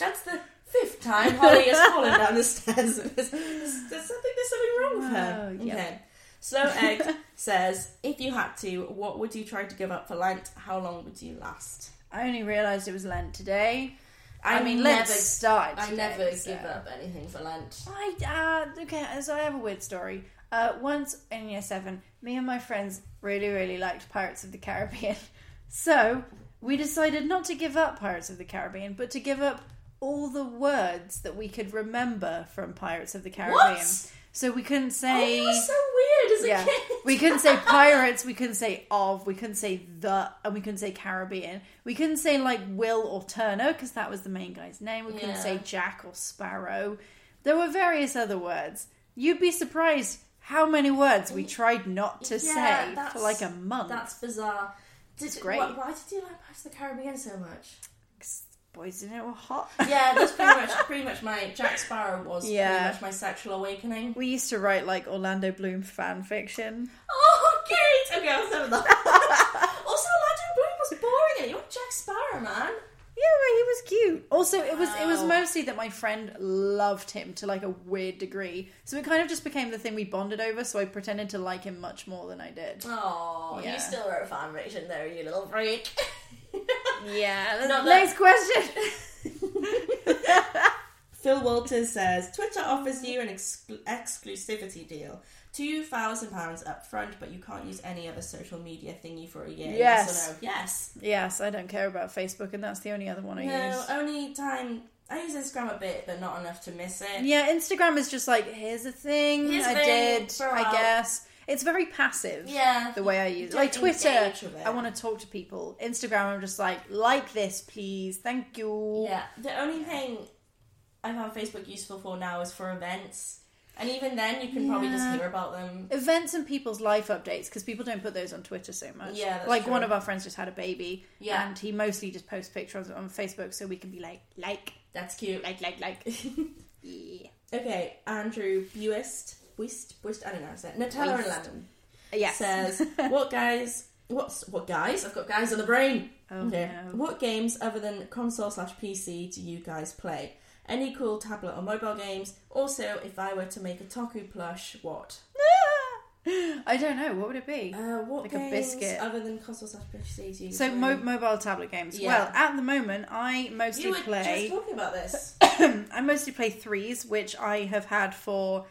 That's the fifth time Holly has fallen down [LAUGHS] the stairs. There's, there's something, there's something wrong with her. Oh, yeah. Okay. Slow [LAUGHS] Egg says, if you had to, what would you try to give up for Lent? How long would you last? I only realised it was Lent today. I, mean, never Lent started I today, never so- give up anything for Lent. I uh, okay, so I have a weird story. Uh, once in year seven, me and my friends really, really liked Pirates of the Caribbean, [LAUGHS] so we decided not to give up Pirates of the Caribbean, but to give up all the words that we could remember from Pirates of the Caribbean. What? So we couldn't Oh, say you were so weird as a yeah. kid. We couldn't say pirates, we couldn't say of, we couldn't say the, and we couldn't say Caribbean. We couldn't say like Will or Turner because that was the main guy's name. We couldn't Yeah. say Jack or Sparrow. There were various other words. You'd be surprised how many words we tried not [LAUGHS] to say for that's- like a month. That's bizarre. Did, it's great. Why, why did you like Pirates of the Caribbean [LAUGHS] so much? Boys in it were hot. Yeah, that's pretty much pretty much my Jack Sparrow was Yeah. pretty much my sexual awakening. [LAUGHS] we used to write like Orlando Bloom fan fiction. Oh, great! Okay, I'll stop with that. [LAUGHS] also, Orlando Bloom was boring. You want Jack Sparrow, man? Yeah, well, he was cute. Also, it was it was mostly that my friend loved him to like a weird degree, so it kind of just became the thing we bonded over. So I pretended to like him much more than I did. Oh, Yeah. you still wrote fan fiction, there, you little freak. [LAUGHS] Yeah. Not that- Next question. [LAUGHS] Phil Walters says Twitter offers you an exclu- exclusivity deal. Two thousand pounds up front, but you can't use any other social media thingy for a year. Yes. or no? yes. yes, I don't care about Facebook, and that's the only other one I No, uh, use. only time I use Instagram a bit, but not enough to miss it. Yeah, Instagram is just like here's a thing Here's a I thing did. for a I while. guess it's very passive. Yeah. the way I use it, Don't like Twitter, engage with it. I want to talk to people. Instagram, I'm just like like this, please, thank you. Yeah, the only thing I found Facebook useful for now is for events, and even then, you can probably just hear about them. events and people's life updates because people don't put those on Twitter so much. Yeah, that's like true. one of our friends just had a baby, Yeah. and he mostly just posts pictures on Facebook so we can be like, like, That's cute. like, like, [LAUGHS] like. Okay, Andrew Buist, Buist, Buist. I don't know how to say it. Nutella and lemon. yes. says, [LAUGHS] "What guys? What's what guys? I've got guys on the brain. okay. Oh, no. What games other than console slash PC do you guys play? Any cool tablet or mobile games? Also, if I were to make a Toku plush, what? I don't know what would it be. Uh, what Like a games biscuit. other than console slash PC do you? so play? mo- mobile tablet games. Yeah. Well, at the moment, I mostly you were play. just talking [LAUGHS] about this. I mostly play threes, which I have had for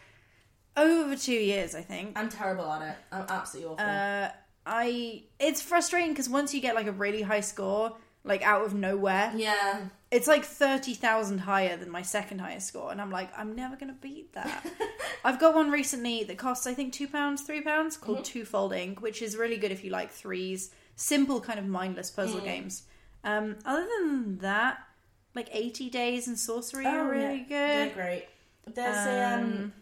over two years, I think. I'm terrible at it. I'm absolutely awful. Um, I it's frustrating because once you get like a really high score, like out of nowhere, yeah, it's like 30,000 higher than my second highest score and i'm like i'm never going to beat [LAUGHS] that i've got one recently that costs i think two pounds three pounds called Mm-hmm. twofold ink which is really good if you like threes simple kind of mindless puzzle Mm. games um, other than that like 80 days and sorcery are really Oh, yeah. good They're great. There's a um,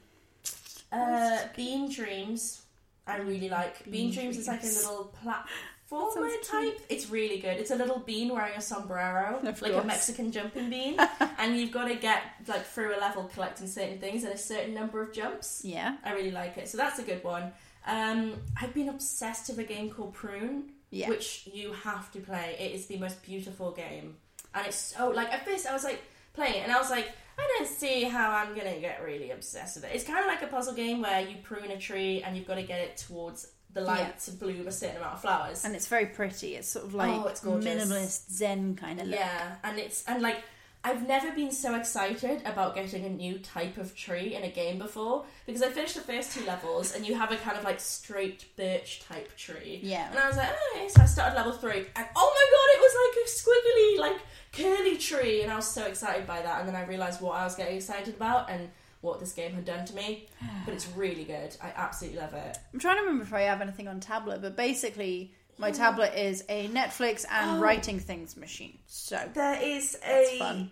uh, Bean Dreams. I really like Bean, Dreams. Is like a little platformer type. It's really good. It's a little bean wearing [LAUGHS] a sombrero, like a course. Mexican jumping bean, [LAUGHS] and you've got to get like through a level collecting certain things and a certain number of jumps. yeah I really like it. So that's a good one. Um, I've been obsessed with a game called Prune, Yeah. which you have to play. It is the most beautiful game, and it's so like at first I was like playing it, and I was like, I don't see how I'm gonna get really obsessed with it. It's kind of like a puzzle game where you prune a tree and you've got to get it towards the light Yeah. to bloom a certain amount of flowers. and it's very pretty it's sort of like Oh, it's gorgeous. minimalist zen kind of look Yeah, and it's and like I've never been so excited about getting a new type of tree in a game before because I finished the first two levels and you have a kind of like straight birch type tree. Yeah. And I was like, oh, okay. so I started level three and oh my god, it was like a squiggly, like curly tree, and I was so excited by that. And then I realised what I was getting excited about and what this game had done to me. But it's really good. I absolutely love it. i'm trying to remember if i have anything on tablet but basically my tablet is a netflix Oh. and writing things machine so There is a that's fun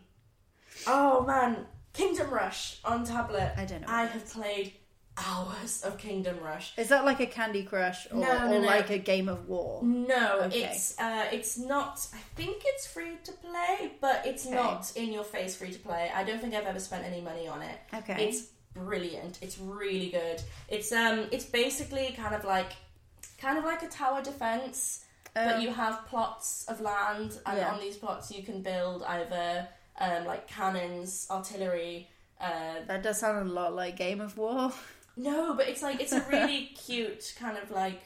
Oh man, Kingdom Rush on tablet. I don't know what I that have played hours of Kingdom Rush. Is that like a Candy Crush or, No, no, or no. like a game of war? No, Okay. it's uh, it's not. I think it's free to play, but it's not in your face free to play. I don't think I've ever spent any money on it. Okay. it's brilliant. It's really good. It's um, it's basically kind of like, kind of like a tower defense, but you have plots of land, Oh. and Yeah. on these plots you can build either um, like cannons, artillery. Uh, That does sound a lot like Game of War. [LAUGHS] No, but it's like it's a really cute kind of like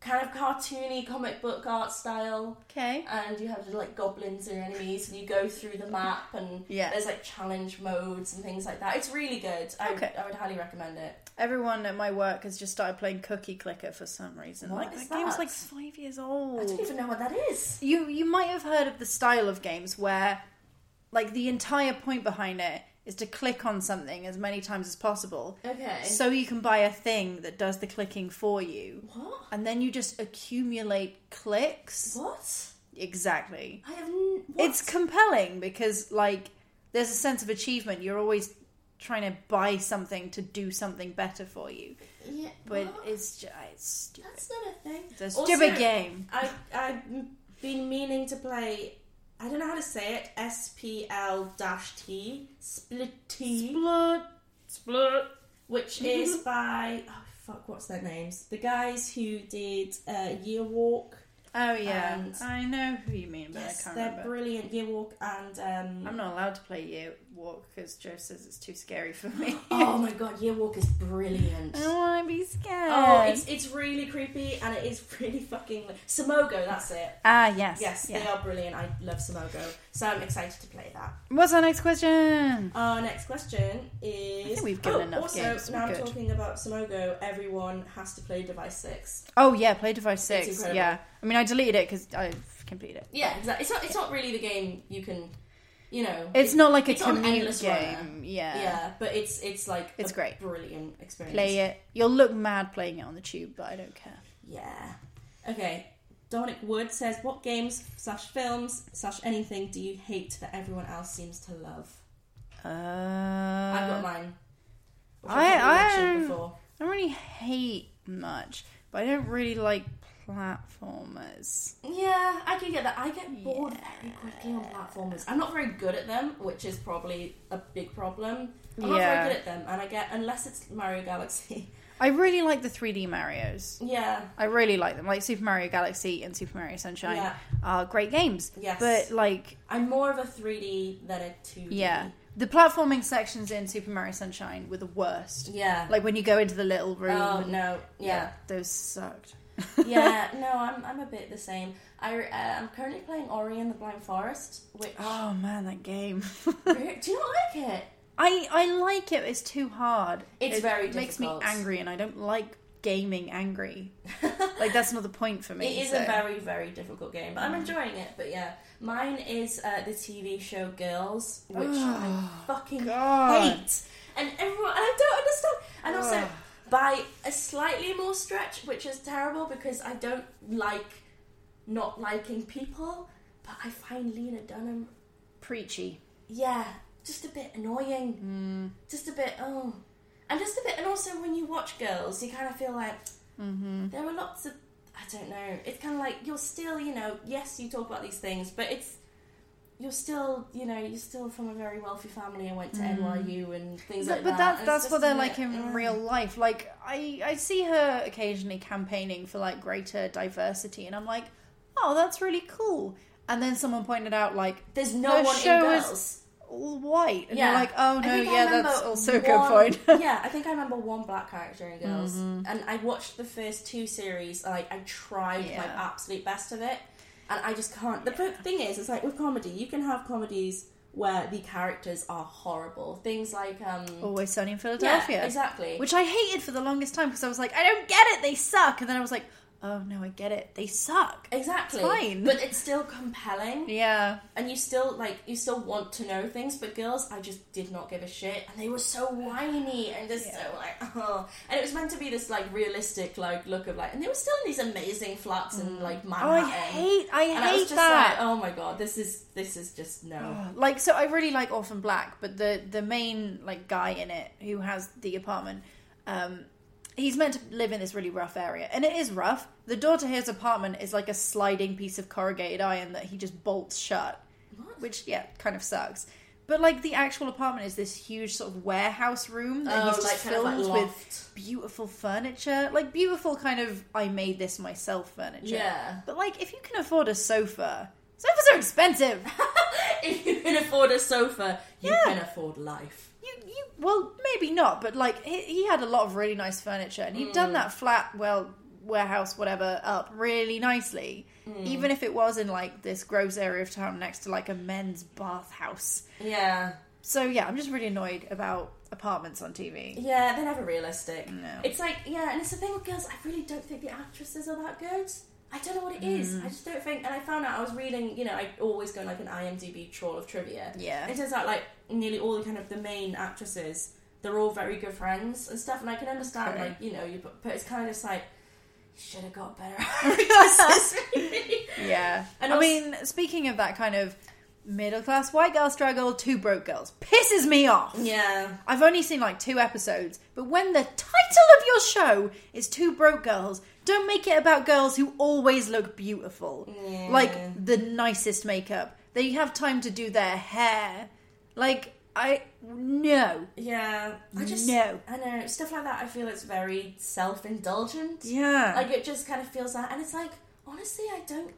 kind of cartoony comic book art style. Okay. And you have like goblins and enemies, and you go through the map, and Yeah. there's like challenge modes and things like that. It's really good. I, Okay. I would highly recommend it. Everyone at my work has just started playing Cookie Clicker for some reason. What like is that, game's that? like five years I don't old. even know what that is. You you might have heard of the style of games where like the entire point behind it is to click on something as many times as possible. Okay. So you can buy a thing that does the clicking for you. What? And then you just accumulate clicks. What? Exactly. I have. N- what? it's compelling because like there's a sense of achievement you're always trying to buy something to do something better for you. Yeah, But well, it's just it's stupid. that's not a thing. It's a stupid game. I I've been meaning to play. I don't know how to say it. S P L dash T split T split split, which is by oh fuck, what's their names? The guys who did uh, Year Walk. Oh yeah, And- I know who you mean, but I Yes, can't they're remember. brilliant. Year Walk and um, I'm not allowed to play Year Walk because Joe says it's too scary for me. [LAUGHS] [LAUGHS] oh my god, Year Walk is brilliant. I want to be scared. Oh, it's it's really creepy and it is [LAUGHS] really fucking Samogo. That's it. ah yes, Yes, yeah. they are brilliant. I love Samogo, so I'm excited to play that. What's our next question? Our next question is. think we've given oh, enough also, games, now we're good. talking about Samogo, everyone has to play Device Six. Oh yeah, play device It's six. incredible. Yeah, I mean I deleted it because I've completed it. Yeah, exactly. It's not. It's not really the game you can, you know. It's not like a it's not an commute endless game. runner. Yeah. Yeah, but it's it's like It's a great. brilliant experience. Play it. You'll look mad playing it on the tube, but I don't care. Yeah. Okay. Dominic Wood says, "What games slash films slash anything do you hate that everyone else seems to love?" Uh, I've got mine. Which I- I, I I- mentioned before. I don't really hate much, but I don't really like platformers. Yeah, I can get that. I get bored very quickly on platformers. I'm not very good at them, which is probably a big problem. I'm not Yeah. very good at them, and I get unless it's Mario Galaxy. [LAUGHS] I really like the 3D Marios. yeah, I really like them. Like Super Mario Galaxy and Super Mario Sunshine Yeah. are great games. Yes. But like I'm more of a 3D than a 2D. yeah. The platforming sections in Super Mario Sunshine were the worst. Yeah. Like when you go into the little room. Oh and- no. Yeah. Those sucked. Yeah. no, I'm I'm a bit the same. I uh, I'm currently playing Ori and the Blind Forest, which [LAUGHS] Oh man, that game. do you not like it? I I like it. but It's too hard. It's it very makes difficult. me angry, and I don't like gaming [LAUGHS] angry. like that's not the point for me. It is so. a very, very difficult game, but I'm enjoying it. But yeah, mine is uh, the TV show Girls, which I fucking hate, and everyone and I don't understand. And also, by a slightly more stretch, which is terrible because I don't like not liking people, but I find Lena Dunham, preachy. yeah, just a bit annoying, just a bit oh, and just a bit. And also, when you watch Girls, you kind of feel like Mm-hmm. there were lots of I don't know. It's kind of like you're still, you know, yes, you talk about these things, but it's you're still, you know, you're still from a very wealthy family and went to NYU and things like Mm-hmm. But, but that. that, And it's that's just what they're a like bit, in uh, real life. Like I I see her occasionally campaigning for like greater diversity, and I'm like, oh, that's really cool. And then someone pointed out like There's no the one in show is Girls. all white, and Yeah, you're like, oh I no, think I yeah, remember that's also a one- good point. [LAUGHS] Mm-hmm. yeah, I think I remember one black character in Girls, and I watched the first two series. and, Like I tried my Yeah. absolute best of it, and I just can't. The p thing is, it's like with comedy, you can have comedies where the characters are horrible. Things like um, Always Sunny in Philadelphia. Yeah, exactly. Which I hated for the longest time because I was like, I don't get it. They suck. And then I was like, oh no, I get it. They suck. Exactly. It's fine. But it's still compelling. Yeah. And you still like you still want to know things, but girls, I just did not give a shit. And they were so whiny and just so like [LAUGHS] oh and it was meant to be this like realistic like look of like and they were still in these amazing flats and like Oh, I Manhattan. hate. I and hate I was just that. Oh. like, oh my god, this is this is just no. Like so, I really like Orphan Black, but the the main like guy in it who has the apartment, um, he's meant to live in this really rough area, and it is rough. The door to his apartment is like a sliding piece of corrugated iron that he just bolts shut, which yeah, kind of sucks. But like the actual apartment is this huge sort of warehouse room that Oh, he's just like, kind of, like, filled with loft. beautiful furniture, like beautiful kind of I made this myself furniture. Yeah. But like if you can afford a sofa, sofas are expensive. [LAUGHS] if you can afford a sofa, you Yeah. can afford life. You, you, well, maybe not, but like he, he had a lot of really nice furniture, and he'd Mm. done that flat, well, warehouse, whatever, up really nicely. Mm. Even if it was in like this gross area of town next to like a men's bathhouse. Yeah. So yeah, I'm just really annoyed about apartments on TV. Yeah, they're never realistic. It's like, yeah, and it's the thing with girls, I really don't think the actresses are that good. I don't know what it is. Mm. I just don't think. And I found out I was reading, you know, I always go on, like an IMDb trawl of trivia. Yeah. It turns out like nearly all the kind of the main actresses, they're all very good friends and stuff. And I can understand, Okay. like, you know, you but, but it's kind of just like, you should [LAUGHS] have got better [LAUGHS] actresses. Yeah, And I also- mean, speaking of that kind of Middle class white girl struggle, two broke girls. Pisses me off. Yeah. I've only seen like two episodes, but when the title of your show is Two Broke Girls, don't make it about girls who always look beautiful. Like the nicest makeup. They have time to do their hair. Like, I. No. Yeah. I just No. I know stuff like that. I feel it's very self-indulgent. Yeah. Like it just kind of feels that, and it's like honestly, I don't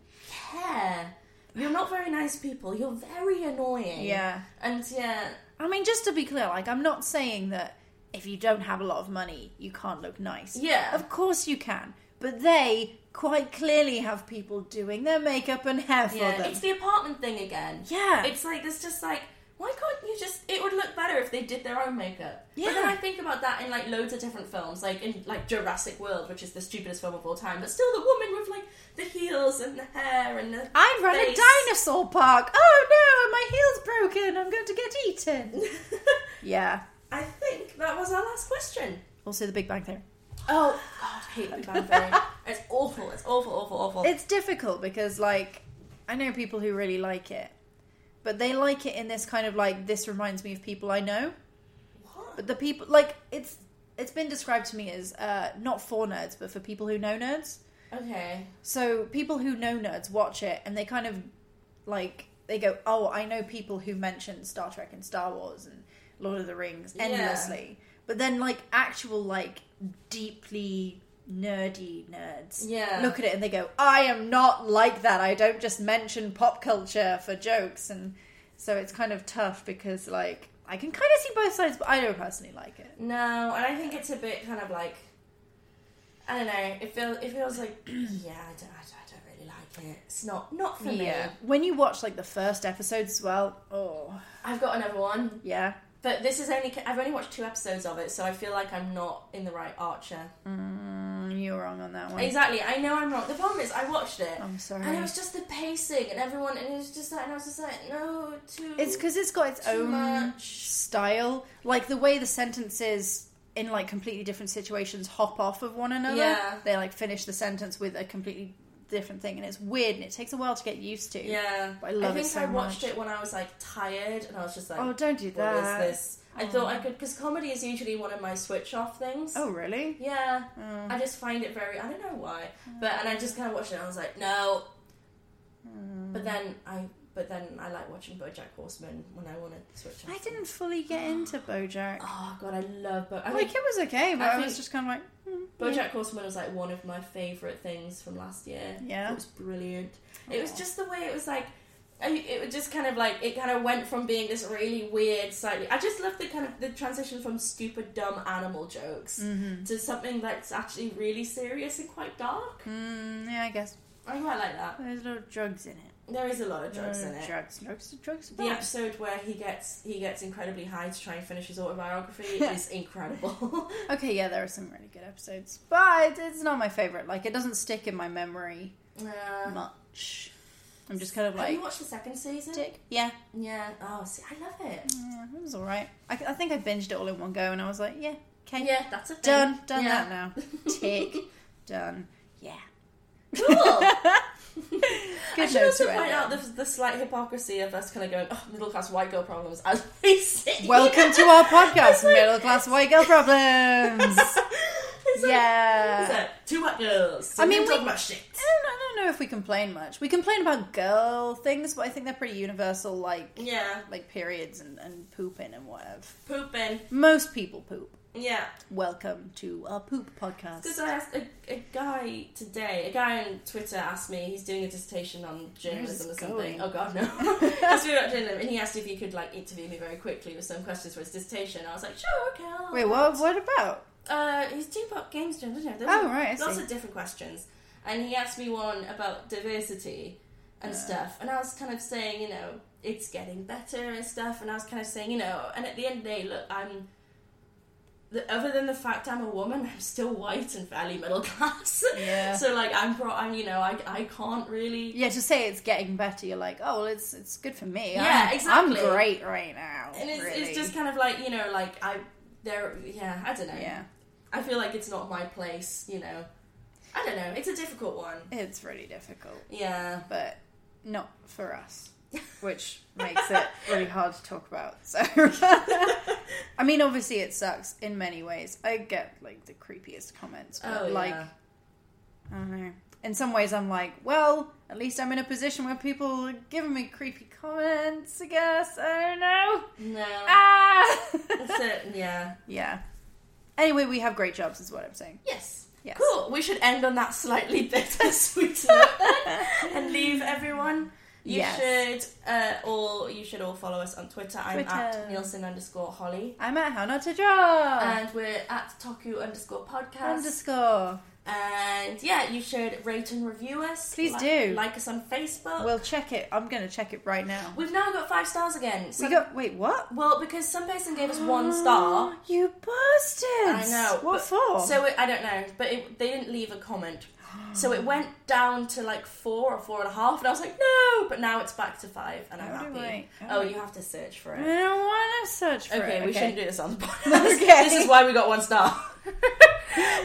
care. You're not very nice people. You're very annoying. Yeah. And yeah, I mean, just to be clear, like, I'm not saying that if you don't have a lot of money, you can't look nice. Yeah. Of course you can. But they quite clearly have people doing their makeup and hair for yeah. them. It's the apartment thing again. Yeah. It's like there's just like why can't you just? It would look better if they did their own makeup. But then Yeah. I think about that in like loads of different films, like in like Jurassic World, which is the stupidest film of all time. But still, the woman with like the heels and the hair and the I run face. a dinosaur park. Oh no, my heel's broken. I'm going to get eaten. [LAUGHS] yeah. [LAUGHS] I think that was our last question. Also, The Big Bang Theory. Oh, God, I hate Big Bang Theory. [LAUGHS] it's awful. It's awful, awful, awful. It's difficult because, like, I know people who really like it, but they like it in this kind of like this reminds me of people I know. But the people like it's it's been described to me as uh, not for nerds, but for people who know nerds. okay. So people who know nerds watch it and they kind of like they go, "Oh, I know people who mention Star Trek and Star Wars and Lord of the Rings endlessly." But then like actual like deeply nerdy nerds Yeah. look at it and they go, "I am not like that. I don't just mention pop culture for jokes." And so it's kind of tough because like I can kind of see both sides, but I don't personally like it. No, and I think it's a bit kind of like. I don't know. It feels. It feels like. [CLEARS THROAT] yeah, I don't. I don't, I don't really like it. It's not. Not for me. When you watch like the first episodes as well, oh, I've got another one, yeah. but this is only. I've only watched two episodes of it, so I feel like I'm not in the right Archer. Mm. You were wrong on that one. Exactly. I know I'm wrong. The problem is, I watched it. I'm sorry. And it was just the pacing and everyone, and it was just like, and I was just like, no, too. It's because it's got its too own much. style, like the way the sentences in like completely different situations hop off of one another. Yeah. They like finish the sentence with a completely different thing, and it's weird, and it takes a while to get used to. Yeah, but I love think it so I watched much. it when I was like tired, and I was just like, Oh, don't do that. What is this? I thought I could because comedy is usually one of my switch off things. Oh really? yeah, I just find it very. I don't know why, Oh. but and I just kind of watched it. and I was like, no. Oh. But then I, but then I like watching BoJack Horseman when I want to switch off. I didn't fully get [GASPS] into BoJack. Oh god, I love BoJack. I like think it was okay, but I I, think- was just kind of like, hmm. BoJack Horseman was like one of my favorite things from last year. Yeah. it was brilliant. It was just the way it was like. I, it was just kind of like it kind of went from being this really weird, slightly. I just love the kind of the transition from stupid, dumb animal jokes Mm-hmm. to something that's actually really serious and quite dark. Mm, yeah, I guess I quite like that. there's a lot of drugs in it. There is a lot of drugs in it. Drugs, drugs, drugs. The bad. episode where he gets he gets incredibly high to try and finish his autobiography [LAUGHS] is incredible. [LAUGHS] Okay, yeah, there are some really good episodes, but it's not my favorite. Like, it doesn't stick in my memory Yeah. much. I'm just kind of Have like, you watched the second season? yeah, Yeah. Oh, see, I love it. yeah, it was all right. I, I think I binged it all in one go, and I was like, yeah, okay, Yeah, that's a thing. done, done Yeah. that [LAUGHS] now. Tick, done. Yeah, [LAUGHS] Cool. good I should note also to end point on. out the, the slight hypocrisy of us kind of going, oh, middle class white girl problems as we see. Welcome to [LAUGHS] our podcast, Middle Class White Girl Problems. It's like- it's yeah. like, two white girls. I mean, we we- Mm. talk about shit. I don't, I don't know if we complain much. We complain about girl things, but I think they're pretty universal, like Yeah, like periods and, and pooping and whatever. pooping. Most people poop. Yeah, Welcome to our poop podcast. because I asked a, a guy today. A guy on Twitter asked me he's doing a dissertation on journalism or this something. going? Oh God, no. [LAUGHS] he asked me about journalism, and he asked if he could like interview me very quickly with some questions for his dissertation. I was like, sure, okay. I'll Wait, what? What about? Uh, he's two pop games jam, doesn't he? There Oh, was right, I Lots see. of different questions, and he asked me one about diversity and stuff, and I was kind of saying, you know, it's getting better and stuff, and I was kind of saying, you know, and at the end of the day, look, I'm. The, other than the fact I'm a woman, I'm still white and fairly middle [LAUGHS] class. Yeah. so like I'm, pro- I'm you know, I, I can't really. Yeah, to say it's getting better, you're like, oh, well, it's it's good for me. Yeah, I'm, exactly. I'm great right now. and it's, really. it's just kind of like you know, like I there, yeah, I don't know. yeah, I feel like it's not my place, you know. I don't know. It's a difficult one. it's really difficult, Yeah. [LAUGHS] but not for us. which makes it really hard to talk about. [LAUGHS] So, I mean, obviously, it sucks in many ways. I get like the creepiest comments, but Oh, like, yeah. I don't know. In some ways, I'm like, well, at least I'm in a position where people are giving me creepy comments. I guess I don't know. [LAUGHS] No. Ah, [LAUGHS] That's it. Yeah. yeah. Anyway, we have great jobs, is what I'm saying. Yes. Yes. Cool. We should end on that slightly [LAUGHS] bittersweet note [LAUGHS] then, and leave everyone. You Yes. should uh, all you should all follow us on Twitter. I'm Twitter. at Nielsen underscore Holly, I'm at how not to draw and we're at Toku underscore podcast. underscore. and yeah, you should rate and review us. Please Li- do. like us on Facebook. We'll check it. I'm gonna check it right now. We've now got five stars again. We Some- got wait what? well, because some person gave us [GASPS] one star. You I bastards! know. What but- for? So it, I don't know, but it, they didn't leave a comment. So [GASPS] it went down to like four or four and a half, and I was like, no. But now it's back to five, and I'm How do happy. I- oh, you have to search for I it. don't want to search for Okay, it. we shouldn't [LAUGHS] do this on the podcast. Okay. This is why we got one star. [LAUGHS]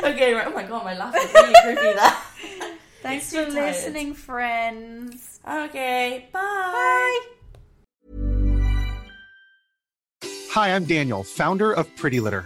okay, right. Oh my god, my laugh is really creepy there. [LAUGHS] Thanks You're for too tired. listening, friends. Okay, Bye. Hi, I'm Daniel, founder of Pretty Litter.